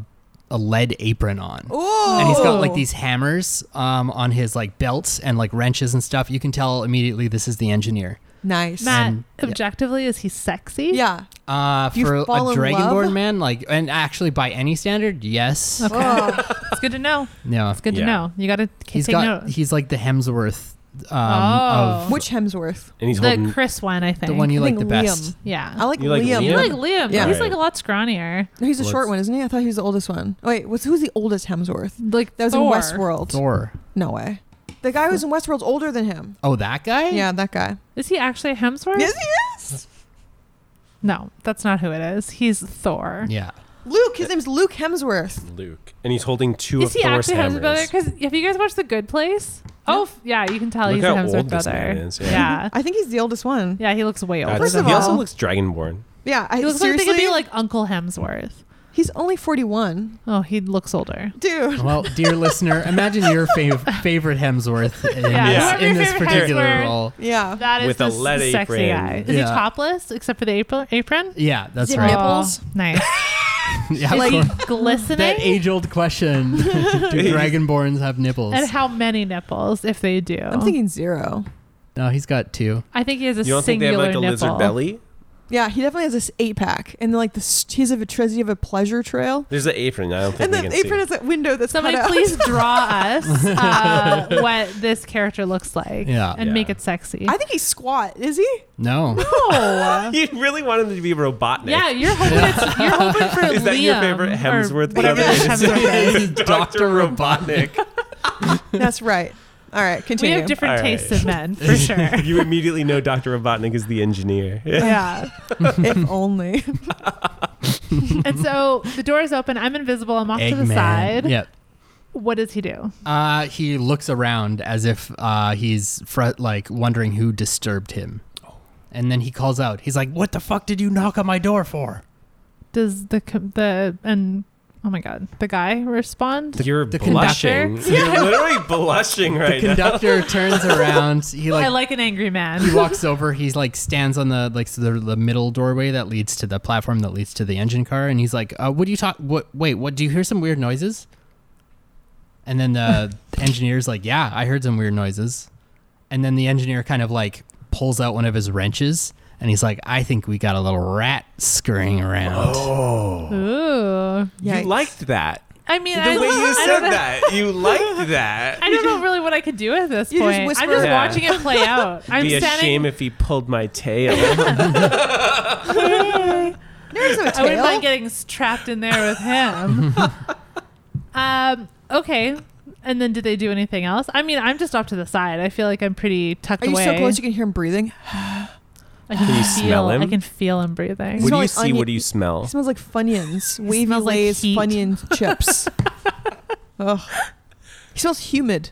Speaker 2: a lead apron on.
Speaker 1: Ooh.
Speaker 2: And he's got like these hammers um, on his like belts and like wrenches and stuff. You can tell immediately this is the engineer.
Speaker 1: nice.
Speaker 4: Matt,
Speaker 2: And- Um, yeah.
Speaker 4: objectively, is he sexy?
Speaker 1: Yeah.
Speaker 2: Uh,
Speaker 1: You
Speaker 2: for a
Speaker 1: fall in love?
Speaker 2: dragonborn man, like, and actually by any standard, yes.
Speaker 4: Okay.
Speaker 1: Oh.
Speaker 4: It's good to know.
Speaker 2: No,
Speaker 4: It's good
Speaker 3: Yeah.
Speaker 4: to know. You got to
Speaker 2: he's
Speaker 4: take
Speaker 2: got
Speaker 4: note.
Speaker 2: he's like the Hemsworth um,
Speaker 4: Oh.
Speaker 2: of
Speaker 1: Which Hemsworth?
Speaker 3: And he's
Speaker 4: The
Speaker 3: holding.
Speaker 4: Chris one, I think.
Speaker 2: the one you
Speaker 1: I
Speaker 2: like the
Speaker 1: think
Speaker 2: best.
Speaker 1: Liam.
Speaker 4: yeah.
Speaker 1: I like
Speaker 3: You like
Speaker 1: Liam.
Speaker 3: Liam?
Speaker 4: You
Speaker 3: Yeah.
Speaker 4: like Liam.
Speaker 1: Yeah.
Speaker 4: He's
Speaker 3: Right.
Speaker 4: like a lot scrawnier.
Speaker 1: No, he's a short
Speaker 3: Let's-
Speaker 1: one, isn't he? I thought he was the oldest one. Oh, wait, what's, who's the oldest Hemsworth?
Speaker 4: Like
Speaker 1: That was
Speaker 4: Thor.
Speaker 1: in Westworld.
Speaker 2: Thor.
Speaker 1: No way. The guy who's in Westworld's older than him.
Speaker 2: Oh, that guy.
Speaker 1: Yeah, that guy.
Speaker 4: Is he actually a Hemsworth?
Speaker 1: Yes, he is.
Speaker 4: No, that's not who it is. He's Thor.
Speaker 2: Yeah.
Speaker 1: Luke. His name's Luke Hemsworth.
Speaker 3: Luke, and he's holding two
Speaker 4: Is
Speaker 3: of
Speaker 4: he
Speaker 3: Thor's
Speaker 4: actually
Speaker 3: hammers.
Speaker 4: Hemsworth brother? Because have you guys watched The Good Place? Oh, f- yeah, you can tell
Speaker 3: Look
Speaker 4: he's a
Speaker 3: how
Speaker 4: Hemsworth
Speaker 3: old
Speaker 4: brother.
Speaker 3: this man is, yeah.
Speaker 4: yeah.
Speaker 1: I think he's the oldest one.
Speaker 4: Yeah, he looks way
Speaker 3: That's-
Speaker 4: older.
Speaker 1: First of
Speaker 3: he also
Speaker 1: all-
Speaker 3: looks dragonborn.
Speaker 1: Yeah, I,
Speaker 4: He looks
Speaker 1: seriously.
Speaker 4: like they could be like Uncle Hemsworth.
Speaker 1: he's only forty-one,
Speaker 4: Oh, he looks older.
Speaker 1: dude.
Speaker 2: Well, dear listener, imagine your fav- favorite Hemsworth in
Speaker 4: Yeah.
Speaker 2: this, in this
Speaker 4: Whoever your favorite
Speaker 2: particular
Speaker 4: Hemsworth-
Speaker 2: role.
Speaker 1: Yeah.
Speaker 4: That is
Speaker 3: With a
Speaker 4: the s-
Speaker 3: lead
Speaker 4: sexy
Speaker 3: apron.
Speaker 4: guy. Is he
Speaker 2: Yeah.
Speaker 4: topless except for the apron? Apron?
Speaker 2: Yeah, that's
Speaker 1: Is it
Speaker 2: right.
Speaker 1: nipple? Nipples?
Speaker 4: Oh, nice.
Speaker 2: Yeah,
Speaker 4: Is
Speaker 2: of
Speaker 4: he
Speaker 2: course.
Speaker 4: glistening?
Speaker 2: that age-old question: Do dragonborns have nipples?
Speaker 4: and how many nipples, if they do?
Speaker 1: I'm thinking zero.
Speaker 2: No, he's got two.
Speaker 4: I think he has a
Speaker 3: You don't think they have
Speaker 4: singular
Speaker 3: like a
Speaker 4: nipple.
Speaker 3: lizard belly?
Speaker 1: Yeah, he definitely has this eight-pack, and like this, he's a tragedy of a pleasure trail,
Speaker 3: There's an apron. I don't think
Speaker 1: and
Speaker 3: we
Speaker 1: the
Speaker 3: can
Speaker 1: apron
Speaker 3: see.
Speaker 1: is that window that's
Speaker 4: Somebody
Speaker 1: cut out.
Speaker 4: please draw us uh, what this character looks like
Speaker 2: Yeah.
Speaker 4: and
Speaker 3: Yeah.
Speaker 4: make it sexy.
Speaker 1: I think he's squat. Is he?
Speaker 2: No.
Speaker 4: oh.
Speaker 3: You really want him to be Robotnik.
Speaker 4: Yeah, you're hoping it's, you're hoping for
Speaker 3: Is that your
Speaker 4: Liam
Speaker 3: favorite
Speaker 4: or
Speaker 3: Hemsworth
Speaker 4: whatever
Speaker 3: brother?
Speaker 4: that Hemsworth is.
Speaker 2: This is Dr. Robotnik.
Speaker 1: That's right. All right,
Speaker 4: We
Speaker 1: continue.
Speaker 4: have different
Speaker 3: All right.
Speaker 4: tastes in men, for sure.
Speaker 3: you immediately know Dr. Robotnik is the engineer.
Speaker 4: yeah.
Speaker 1: if only.
Speaker 4: And so the door is open. I'm invisible. I'm off to the
Speaker 2: Eggman.
Speaker 4: side.
Speaker 2: Yep.
Speaker 4: What does he do?
Speaker 2: Uh, he looks around as if uh, he's fr- like wondering who disturbed him. And then he calls out. He's like, "What the fuck did you knock on my door for?"
Speaker 4: Does the com- the and oh my god, the guy respond?
Speaker 3: You're
Speaker 2: the
Speaker 3: blushing.
Speaker 4: conductor?
Speaker 3: You're literally blushing right
Speaker 2: the conductor turns around. He
Speaker 4: I
Speaker 2: like,
Speaker 4: like an angry man.
Speaker 2: he walks over. He's like stands on the like so the, the middle doorway that leads to the platform that leads to the engine car. And he's like, uh, "What do you talk? What? Wait, what? Do you hear some weird noises?" And then the engineer's like, "Yeah, I heard some weird noises." And then the engineer kind of like pulls out one of his wrenches. And he's like, I think we got a little rat scurrying around.
Speaker 4: Ooh.
Speaker 3: now.
Speaker 1: Yikes.
Speaker 3: You liked that.
Speaker 4: I mean,
Speaker 3: The
Speaker 4: I,
Speaker 3: way you
Speaker 4: I
Speaker 3: said
Speaker 4: don't know,
Speaker 3: that. You liked that.
Speaker 4: I don't know really what I could do at this
Speaker 1: You just
Speaker 4: point. I'm
Speaker 1: whisper-
Speaker 4: just
Speaker 3: Yeah.
Speaker 4: watching it play out. I'm
Speaker 3: It'd be a shame
Speaker 4: standing.
Speaker 3: if he pulled my tail.
Speaker 1: There's no
Speaker 4: I wouldn't
Speaker 1: tail.
Speaker 4: mind getting s- trapped in there with him. um. Okay. And then did they do anything else? I mean, I'm just off to the side. I feel like I'm pretty tucked
Speaker 1: Are you
Speaker 4: away.
Speaker 1: so close you can hear him breathing?
Speaker 3: Oh.
Speaker 4: I can,
Speaker 3: Can you
Speaker 4: feel,
Speaker 3: smell him?
Speaker 4: I can feel him breathing.
Speaker 3: what do you
Speaker 1: smells like
Speaker 3: see? What
Speaker 1: onion-
Speaker 3: do you smell?
Speaker 1: It smells like Funyuns, wavy
Speaker 4: smells like
Speaker 1: lays
Speaker 4: heat.
Speaker 1: Funyun chips. Ugh. He smells humid.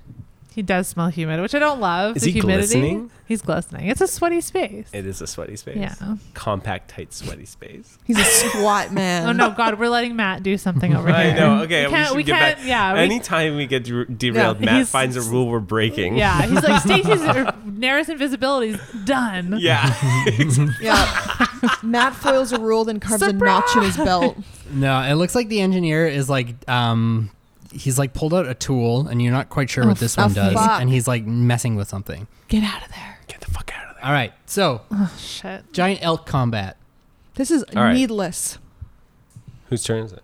Speaker 4: He does smell humid, which I don't love.
Speaker 3: Is
Speaker 4: the
Speaker 3: he
Speaker 4: humidity.
Speaker 3: glistening?
Speaker 4: He's glistening. It's a sweaty space.
Speaker 3: It is a sweaty space.
Speaker 4: Yeah.
Speaker 3: Compact, tight, sweaty space.
Speaker 1: He's a squat man.
Speaker 4: Oh no, God, we're letting Matt do something over
Speaker 3: I
Speaker 4: here.
Speaker 3: know. Okay,
Speaker 4: we can't.
Speaker 3: should
Speaker 4: we
Speaker 3: get
Speaker 4: can't.
Speaker 3: back.
Speaker 4: Yeah. we-
Speaker 3: Anytime we get der- derailed,
Speaker 4: Yeah,
Speaker 3: Matt
Speaker 4: he's-
Speaker 3: finds a rule we're breaking.
Speaker 4: yeah. He's like Stacey's or Nara's invisibility's done.
Speaker 3: Yeah.
Speaker 1: Yeah. Matt foils a rule, then carves a notch in his belt.
Speaker 2: No, it looks like the engineer is like um he's like pulled out a tool and you're not quite sure what this
Speaker 1: Oh,
Speaker 2: one does
Speaker 1: fuck.
Speaker 2: and he's like messing with something.
Speaker 1: Get out of there.
Speaker 3: get the fuck out of there.
Speaker 2: All right. So,
Speaker 4: Shit.
Speaker 2: giant elk combat.
Speaker 1: This is
Speaker 3: All right.
Speaker 1: needless.
Speaker 3: Whose turn is it?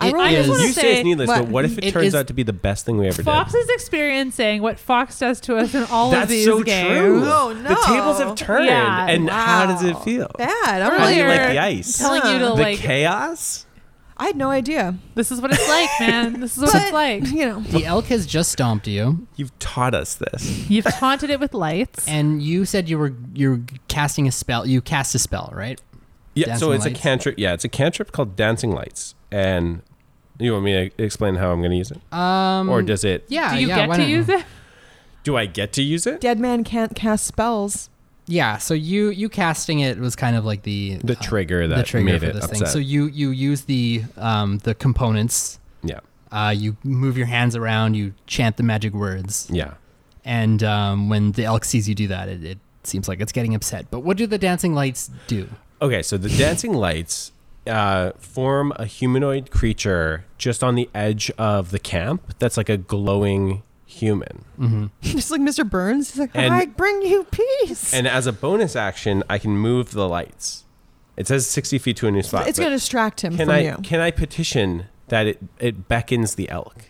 Speaker 1: I
Speaker 2: It
Speaker 1: really just
Speaker 2: is-
Speaker 1: wanna
Speaker 3: You
Speaker 1: say-
Speaker 3: say, it's needless,
Speaker 1: what-
Speaker 3: but what if it,
Speaker 2: It
Speaker 3: turns
Speaker 2: is-
Speaker 3: out to be the best thing we ever
Speaker 4: Fox
Speaker 3: did?
Speaker 4: is experiencing what Fox does to us in all of
Speaker 3: That's
Speaker 4: these
Speaker 3: so
Speaker 4: games.
Speaker 3: true.
Speaker 1: Oh,
Speaker 3: The tables
Speaker 1: no.
Speaker 3: have turned,
Speaker 4: Yeah.
Speaker 3: and how does it
Speaker 1: Wow.
Speaker 3: feel?
Speaker 1: Bad. I'm
Speaker 4: Earlier,
Speaker 3: How do you
Speaker 1: really-
Speaker 3: like the ice?
Speaker 4: Telling you to
Speaker 1: The
Speaker 3: the
Speaker 4: like,
Speaker 3: chaos.
Speaker 1: I had no idea.
Speaker 4: this is what it's like, man. This is what
Speaker 1: But,
Speaker 4: it's like.
Speaker 1: you know,
Speaker 2: The elk has just stomped you
Speaker 3: You've taught us this.
Speaker 4: You've taunted it with lights.
Speaker 2: and you said you were you're casting a spell. You cast a spell, right?
Speaker 3: Yeah. so
Speaker 2: Dancing
Speaker 3: it's
Speaker 2: lights.
Speaker 3: a cantrip. Yeah, it's a cantrip called Dancing Lights, and you want me to explain how I'm going to use it,
Speaker 2: Um
Speaker 3: or does it?
Speaker 2: Yeah,
Speaker 4: Do you
Speaker 2: yeah,
Speaker 4: get
Speaker 2: why
Speaker 4: to
Speaker 2: not?
Speaker 4: use it?
Speaker 3: Do I get to use it?
Speaker 1: Dead man can't cast spells.
Speaker 2: Yeah, so you you casting it was kind of like the
Speaker 3: The trigger that
Speaker 2: the trigger
Speaker 3: made
Speaker 2: for
Speaker 3: it
Speaker 2: this
Speaker 3: upset.
Speaker 2: thing. So you you use the um the components.
Speaker 3: yeah,
Speaker 2: Uh, you move your hands around. You chant the magic words,
Speaker 3: yeah.
Speaker 2: and um, when the elk sees you do that, it, it seems like it's getting upset. But what do the dancing lights do?
Speaker 3: Okay, so the dancing lights uh, form a humanoid creature just on the edge of the camp. That's like a glowing human.
Speaker 1: Just like Mr. Burns, he's like,
Speaker 3: And-
Speaker 1: I bring you peace.
Speaker 3: And as a bonus action, I can move the lights. It says sixty feet to a new spot.
Speaker 1: it's
Speaker 3: but
Speaker 1: going to distract him
Speaker 3: Can
Speaker 1: from
Speaker 3: I
Speaker 1: you.
Speaker 3: can I petition that it it beckons the elk?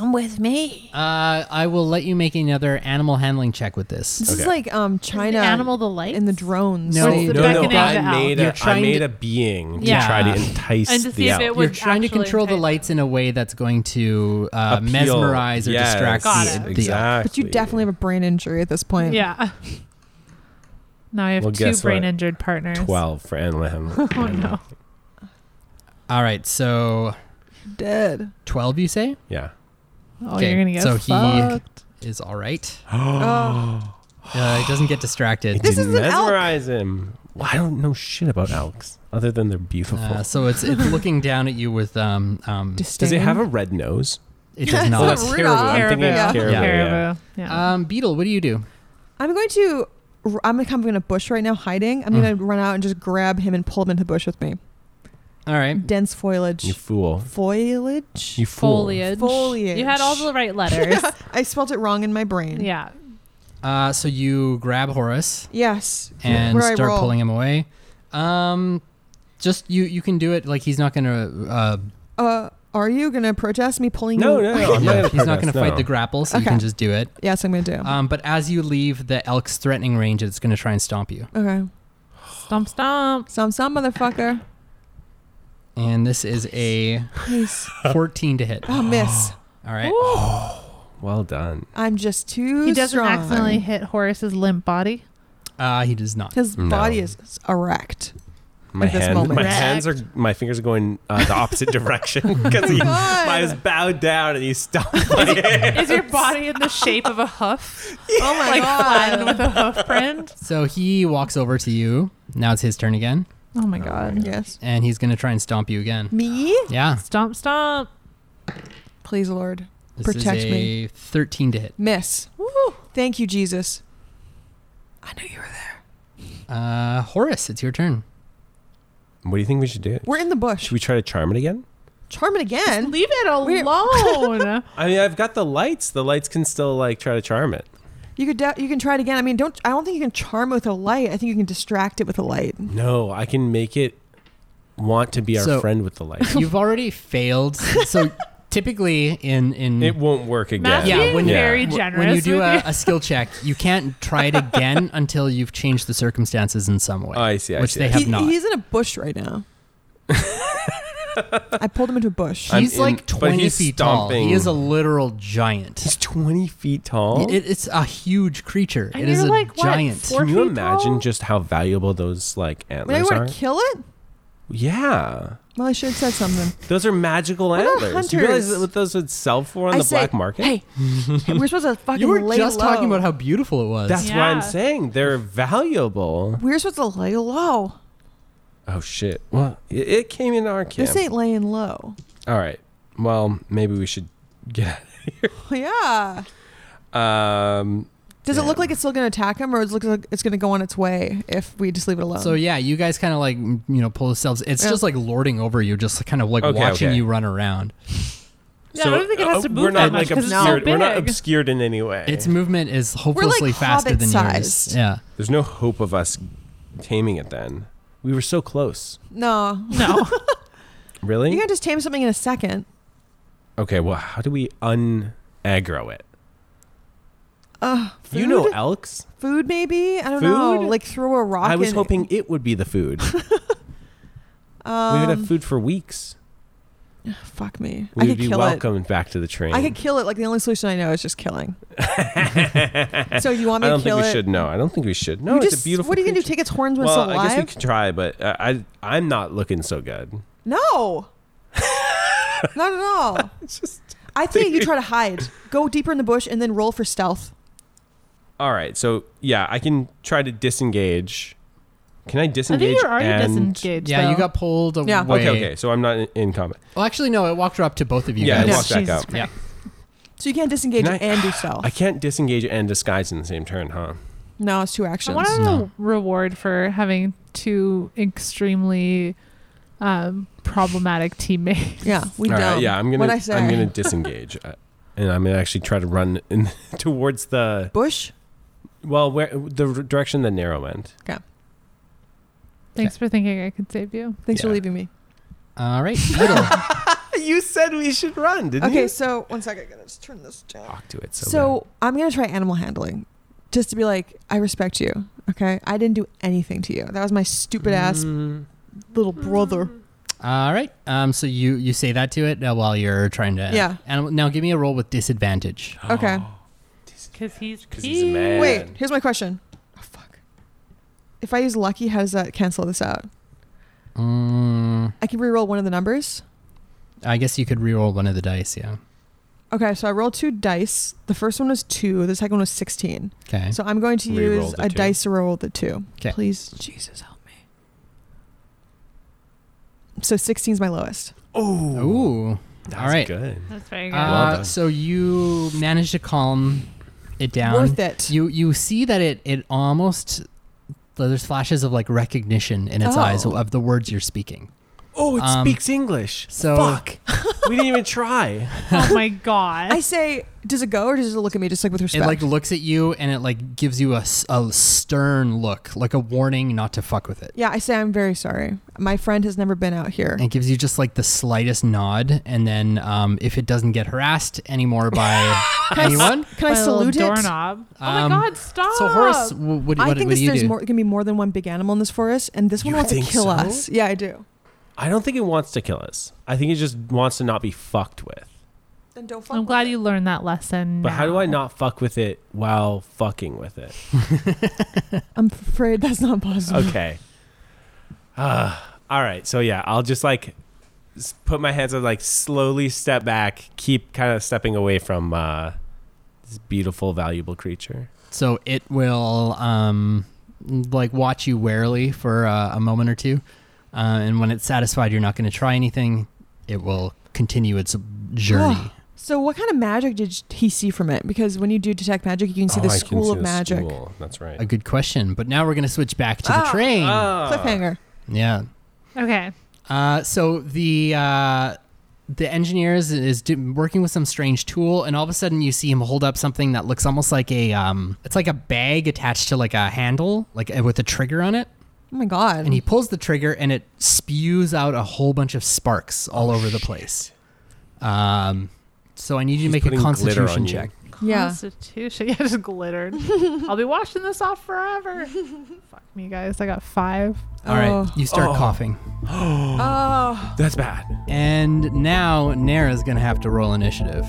Speaker 4: Come with me.
Speaker 2: Uh, I will let you make another animal handling check with this.
Speaker 1: this is
Speaker 3: Okay.
Speaker 1: like um, China
Speaker 4: the animal the lights?
Speaker 1: in the drones.
Speaker 2: No,
Speaker 1: They-
Speaker 4: the
Speaker 3: no, no,
Speaker 4: beckoning to
Speaker 3: I
Speaker 4: elk.
Speaker 3: made
Speaker 2: You're
Speaker 3: a, I
Speaker 2: trying
Speaker 3: made
Speaker 2: to-
Speaker 3: a being to
Speaker 4: Yeah.
Speaker 3: try to entice
Speaker 5: And to see
Speaker 3: the
Speaker 5: if
Speaker 3: elk.
Speaker 5: it would
Speaker 2: You're trying to
Speaker 5: actually
Speaker 2: control the
Speaker 5: entice-
Speaker 2: lights in a way that's going to uh,
Speaker 3: Appeal.
Speaker 2: mesmerize or
Speaker 3: Yes,
Speaker 2: distract
Speaker 4: Got
Speaker 2: the,
Speaker 4: it.
Speaker 2: the elk.
Speaker 3: Exactly.
Speaker 1: But you definitely have a brain injury at this point.
Speaker 4: Yeah. Now I have
Speaker 3: Well,
Speaker 4: two
Speaker 3: guess what?
Speaker 4: brain injured partners.
Speaker 3: twelve for animal handling.
Speaker 4: Oh no.
Speaker 2: All right, so
Speaker 1: Dead.
Speaker 2: twelve, you say,
Speaker 3: Yeah.
Speaker 4: Oh,
Speaker 2: Okay,
Speaker 4: you're gonna get
Speaker 2: so he-
Speaker 4: fucked.
Speaker 2: is all right.
Speaker 1: Oh.
Speaker 2: Uh, it doesn't get distracted.
Speaker 1: This is an elk.
Speaker 3: mesmerize him. Well, I don't know shit about elks other than they're beautiful.
Speaker 2: Uh, so it's it's looking down at you with um um.
Speaker 3: Does it
Speaker 1: Disdain.
Speaker 3: have a red nose?
Speaker 2: It does
Speaker 1: Oh,
Speaker 3: Oh,
Speaker 2: not.
Speaker 1: that's
Speaker 3: that's
Speaker 1: Rudolph.
Speaker 3: caribou. I'm thinking
Speaker 4: Yeah.
Speaker 3: of caribou.
Speaker 2: Yeah.
Speaker 3: Yeah.
Speaker 4: Caribou. Yeah.
Speaker 2: Um, Beetle, what do you do?
Speaker 1: I'm going to. I'm kind of in a bush right now, hiding.
Speaker 3: Mm.
Speaker 1: I'm going to run out and just grab him and pull him into the bush with me.
Speaker 2: All right.
Speaker 1: Dense foliage.
Speaker 3: You fool.
Speaker 1: foliage?
Speaker 3: You fool.
Speaker 5: foliage.
Speaker 1: Foliage.
Speaker 5: You had all the right letters.
Speaker 1: I spelled it wrong in my brain.
Speaker 4: yeah.
Speaker 2: Uh, so you grab Horus
Speaker 1: Yes.
Speaker 2: and
Speaker 1: What do I
Speaker 2: start
Speaker 1: roll?
Speaker 2: pulling him away. Um, just you you can do it. Like he's not gonna. Uh,
Speaker 1: Uh, are you going to protest me pulling
Speaker 3: No,
Speaker 1: you?
Speaker 3: no, no. I'm
Speaker 2: yeah,
Speaker 3: not Uh,
Speaker 2: he's not gonna
Speaker 3: to
Speaker 2: fight the grapple, so you
Speaker 1: Okay.
Speaker 2: can just do it.
Speaker 1: Yes, I'm going to do.
Speaker 2: Um, but as you leave the elk's threatening range, it's gonna try and stomp you.
Speaker 1: okay.
Speaker 4: Stomp stomp.
Speaker 1: Some, some motherfucker.
Speaker 2: And this is a
Speaker 1: Please.
Speaker 2: 14 to hit.
Speaker 1: Oh, miss.
Speaker 2: All right.
Speaker 3: Well done.
Speaker 1: I'm just too
Speaker 4: He doesn't
Speaker 1: strong.
Speaker 4: accidentally hit Horace's limp body.
Speaker 2: Uh, he does not.
Speaker 1: His
Speaker 3: No.
Speaker 1: body is erect.
Speaker 3: My,
Speaker 1: At this
Speaker 3: hand,
Speaker 1: moment.
Speaker 3: my
Speaker 1: Wrecked. Oh
Speaker 3: hands are, my fingers are going uh, the opposite direction because he,
Speaker 1: God.
Speaker 3: I was bowed down and he stopped my hand.
Speaker 4: Is your body in the shape of a hoof?
Speaker 1: Oh my
Speaker 4: like
Speaker 1: god.
Speaker 4: flattened with a hoof print?
Speaker 2: So he walks over to you. Now it's his turn again,
Speaker 4: Oh my god.
Speaker 1: yes.
Speaker 2: and he's gonna try and stomp you again.
Speaker 1: Me?
Speaker 2: Yeah.
Speaker 4: Stomp stomp.
Speaker 1: Please, Lord.
Speaker 2: This
Speaker 1: Protect
Speaker 2: is a
Speaker 1: me.
Speaker 2: 13 to hit.
Speaker 1: Miss. Woo. Thank you, Jesus. I knew you were there.
Speaker 2: Uh, Horace, it's your turn.
Speaker 3: What do you think we should do?
Speaker 1: We're in the bush.
Speaker 3: Should we try to charm it again?
Speaker 1: Charm it again.
Speaker 4: Leave it
Speaker 1: We're-
Speaker 4: alone.
Speaker 3: I mean, I've got the lights. The lights can still like try to charm it.
Speaker 1: You could. De- you can try it again. I mean, don't. I don't think you can charm it with a light. I think you can distract it with a light.
Speaker 3: No, I can make it want to be our
Speaker 2: So-
Speaker 3: friend with the light.
Speaker 2: You've already failed. So typically in in
Speaker 3: it won't work again.
Speaker 4: Matt's
Speaker 2: Mm. Yeah,
Speaker 4: being
Speaker 2: when you-
Speaker 4: very
Speaker 2: w-
Speaker 4: generous.
Speaker 2: when you do
Speaker 4: with
Speaker 2: a,
Speaker 4: you.
Speaker 2: a skill check, you can't try it again until you've changed the circumstances in some way.
Speaker 3: Oh, I see. I
Speaker 2: which
Speaker 3: see.
Speaker 2: they
Speaker 3: I
Speaker 2: have
Speaker 1: He-
Speaker 2: not.
Speaker 1: He's in a bush right now. I pulled him into a bush.
Speaker 3: I'm
Speaker 2: He's
Speaker 3: in-
Speaker 2: like
Speaker 3: but
Speaker 2: 20
Speaker 3: he's
Speaker 2: feet tall.
Speaker 3: stomping.
Speaker 2: He is a literal giant.
Speaker 3: He's 20 feet tall.
Speaker 2: It, it's a huge creature.
Speaker 4: And
Speaker 2: it is
Speaker 4: you're
Speaker 2: a
Speaker 4: like, what,
Speaker 2: giant.
Speaker 4: four-
Speaker 3: Can you
Speaker 4: feet
Speaker 3: imagine
Speaker 4: tall?
Speaker 3: just how valuable those like
Speaker 1: Would I
Speaker 3: antlers are?
Speaker 1: want to kill it?
Speaker 3: yeah,
Speaker 1: Well, I should have said something.
Speaker 3: those are magical
Speaker 1: What about
Speaker 3: antlers. You realize
Speaker 1: hunters?
Speaker 3: what those would sell for on
Speaker 1: I
Speaker 3: the
Speaker 1: say,
Speaker 3: black market?
Speaker 1: Hey, we're supposed to fucking.
Speaker 2: You were
Speaker 1: lay
Speaker 2: just
Speaker 1: low.
Speaker 2: talking about how beautiful it was.
Speaker 3: That's what I'm
Speaker 4: Yeah.
Speaker 3: saying. They're valuable.
Speaker 1: We're supposed to lay low.
Speaker 3: Oh shit! Well, it, it came in our camp.
Speaker 1: This ain't laying low.
Speaker 3: All right. Well, maybe we should get.
Speaker 1: Yeah.
Speaker 3: Um,
Speaker 1: Does it
Speaker 3: Yeah.
Speaker 1: look like it's still going to attack him, or does it look like it's going to go on its way if we just leave it alone?
Speaker 2: so yeah, you guys kind of like you know pull yourselves. It's
Speaker 1: Yeah.
Speaker 2: just like lording over you, just kind of like
Speaker 3: Okay,
Speaker 2: watching
Speaker 3: okay.
Speaker 2: you run around.
Speaker 4: Yeah, I don't think it has
Speaker 2: uh,
Speaker 4: to move
Speaker 3: uh, We're
Speaker 4: that
Speaker 3: not like
Speaker 4: much 'cause it's so
Speaker 3: obscured. we're not
Speaker 4: big.
Speaker 3: obscured in any way.
Speaker 2: Its movement is hopelessly faster than
Speaker 1: hobbit-sized.
Speaker 2: yours. Yeah.
Speaker 3: There's no hope of us taming it. Then we were so close.
Speaker 1: no,
Speaker 4: no.
Speaker 3: Really?
Speaker 1: you can just tame something in a second.
Speaker 3: Okay, well, how do we un-aggro it?
Speaker 1: Uh, food?
Speaker 3: You know elks.
Speaker 1: food maybe. I don't know.
Speaker 3: Food?
Speaker 1: Like throw a rock.
Speaker 3: I was
Speaker 1: in-
Speaker 3: hoping it would be the food. we
Speaker 1: Um,
Speaker 3: would have food for weeks.
Speaker 1: Fuck me.
Speaker 3: We
Speaker 1: I
Speaker 3: would
Speaker 1: could
Speaker 3: be
Speaker 1: kill it.
Speaker 3: welcomed back to the train.
Speaker 1: I could kill it. Like the only solution I know is just killing. so you want me
Speaker 3: Eh, I don't
Speaker 1: to kill
Speaker 3: think we
Speaker 1: it?
Speaker 3: should. No, I don't think we should. No,
Speaker 1: You
Speaker 3: it's
Speaker 1: just-
Speaker 3: a beautiful.
Speaker 1: What are you gonna do?
Speaker 3: creature.
Speaker 1: Take its horns when
Speaker 3: Well,
Speaker 1: it's
Speaker 3: I guess
Speaker 1: alive?
Speaker 3: we could try, but uh, I, I'm not looking so good.
Speaker 1: No. Not at all. I think you try to hide. Go deeper in the bush and then roll for stealth.
Speaker 3: All right. So yeah, I can try to disengage. Can I
Speaker 4: I
Speaker 3: disengage?
Speaker 4: think you're already
Speaker 3: and-
Speaker 4: disengaged.
Speaker 2: Yeah, you
Speaker 4: though.
Speaker 2: got pulled away.
Speaker 1: Yeah.
Speaker 3: Okay. Okay. So I'm not in, in combat.
Speaker 2: Well, actually, no, it walked her up to both of you
Speaker 3: Yeah, it
Speaker 2: guys.
Speaker 3: walked back
Speaker 4: Jesus
Speaker 3: out.
Speaker 2: Yeah.
Speaker 1: So you can't disengage
Speaker 3: Can I-
Speaker 1: and do stealth.
Speaker 3: I can't disengage and disguise in the same turn, huh?
Speaker 1: no, it's two
Speaker 4: I
Speaker 1: actions.
Speaker 4: want a
Speaker 2: No.
Speaker 4: reward for having two extremely um, problematic teammates.
Speaker 1: yeah, we
Speaker 3: All
Speaker 1: don't.
Speaker 3: right, yeah, I'm gonna
Speaker 1: What I say?
Speaker 3: I'm gonna disengage, uh, and I'm gonna actually try to run in towards the
Speaker 1: Bush.
Speaker 3: well, where the r- direction the narrow went.
Speaker 4: Thanks for thinking I could save you.
Speaker 1: Thanks for
Speaker 3: Yeah.
Speaker 1: leaving me.
Speaker 2: All right. Middle.
Speaker 3: You said we should run, didn't
Speaker 1: okay, so one second, I gotta just turn this down.
Speaker 3: Talk to it. Ah, So,
Speaker 1: So, I'm gonna try animal handling, just to be like, I respect you. Okay, I didn't do anything to you. That was my stupid ass
Speaker 3: Mm.
Speaker 1: little brother.
Speaker 2: All right. Um, so you you say that to it uh, while you're trying to.
Speaker 1: Yeah.
Speaker 2: And now give me a roll with disadvantage.
Speaker 1: Okay.
Speaker 4: Because he's
Speaker 3: Because he's a man.
Speaker 1: Wait, here's my question. Oh, fuck. If I use lucky, how does that cancel this out?
Speaker 2: Mm,
Speaker 1: I can reroll one of the numbers.
Speaker 2: I guess you could reroll one of the dice. Yeah.
Speaker 1: Okay, so I rolled two dice. The first one was two. The second one was sixteen.
Speaker 2: Okay.
Speaker 1: So I'm going to
Speaker 3: Reroll
Speaker 1: use
Speaker 3: the
Speaker 1: a
Speaker 3: two.
Speaker 1: dice to roll the two.
Speaker 2: 'Kay.
Speaker 1: Please, Jesus, help me. So 16 is my lowest.
Speaker 3: oh,
Speaker 2: Ooh.
Speaker 3: that's
Speaker 2: all right.
Speaker 3: good.
Speaker 4: That's very good.
Speaker 3: Well
Speaker 2: Uh,
Speaker 3: done.
Speaker 2: so you managed to calm it down.
Speaker 1: Worth it.
Speaker 2: You you see that it it almost there's flashes of like recognition in its
Speaker 1: Oh.
Speaker 2: eyes of the words you're speaking.
Speaker 3: Oh, it
Speaker 2: Um,
Speaker 3: speaks English.
Speaker 2: So
Speaker 3: Fuck, we didn't even try.
Speaker 4: oh my god.
Speaker 1: I say, does it go or does it look at me just like with
Speaker 2: it
Speaker 1: respect?
Speaker 2: like looks at you and it like gives you a, s- a stern look, like a warning not to fuck with it.
Speaker 1: yeah, I say I'm very sorry. My friend has never been out here.
Speaker 2: And it gives you just like the slightest nod, and then um, if it doesn't get harassed anymore by anyone,
Speaker 1: Can I
Speaker 4: My little
Speaker 1: salute it?
Speaker 4: doorknob. Oh my
Speaker 2: Um,
Speaker 4: god, stop.
Speaker 2: so Horace, w- what,
Speaker 1: I
Speaker 2: what,
Speaker 1: think
Speaker 2: what
Speaker 1: this,
Speaker 2: do you
Speaker 1: there's
Speaker 2: do?
Speaker 1: more. Going to be more than one big animal in this forest, and this one
Speaker 3: You
Speaker 1: wants to
Speaker 3: think
Speaker 1: kill
Speaker 3: so?
Speaker 1: us. Yeah, I do.
Speaker 3: I don't think it wants to kill us. I think it just wants to not be fucked with.
Speaker 1: Then don't. Fuck
Speaker 4: I'm glad you learned that lesson.
Speaker 3: But how do I
Speaker 4: now.
Speaker 3: not fuck with it while fucking with it?
Speaker 1: I'm afraid that's not possible.
Speaker 3: Okay. Uh, all right. So yeah, I'll just like s- put my hands up, like slowly step back, keep kind of stepping away from uh, this beautiful, valuable creature.
Speaker 2: So it will um, like watch you warily for uh, a moment or two, uh, and when it's satisfied, you're not going to try anything. It will continue its journey.
Speaker 1: So, what kind of magic did he see from it? Because when you do detect magic, you can see
Speaker 3: Oh,
Speaker 1: the
Speaker 3: I can
Speaker 1: school
Speaker 3: see
Speaker 1: of
Speaker 3: the
Speaker 1: magic.
Speaker 3: school. That's right.
Speaker 2: a good question, but now we're going to switch back to the
Speaker 1: Ah.
Speaker 2: train.
Speaker 1: Cliffhanger.
Speaker 2: Yeah.
Speaker 4: Okay.
Speaker 2: Uh, so the uh, the engineer is, is do, working with some strange tool, and all of a sudden you see him hold up something that looks almost like a um, it's like a bag attached to like a handle, like uh, with a trigger on it.
Speaker 1: Oh my god.
Speaker 2: And he
Speaker 3: Mm.
Speaker 2: pulls the trigger, and it spews out a whole bunch of sparks
Speaker 3: Oh,
Speaker 2: all over the place. Um, so I need you
Speaker 3: He's
Speaker 2: to make a
Speaker 3: putting glitter on
Speaker 2: Constitution
Speaker 3: you.
Speaker 2: check.
Speaker 1: yeah.
Speaker 4: Constitution. Yeah, just glittered. I'll be washing this off forever. Fuck me, guys. I got five.
Speaker 2: All right,
Speaker 1: Oh.
Speaker 2: you start
Speaker 3: Oh.
Speaker 2: coughing,
Speaker 1: Oh.
Speaker 3: That's bad.
Speaker 2: and now Nara's gonna have to roll initiative.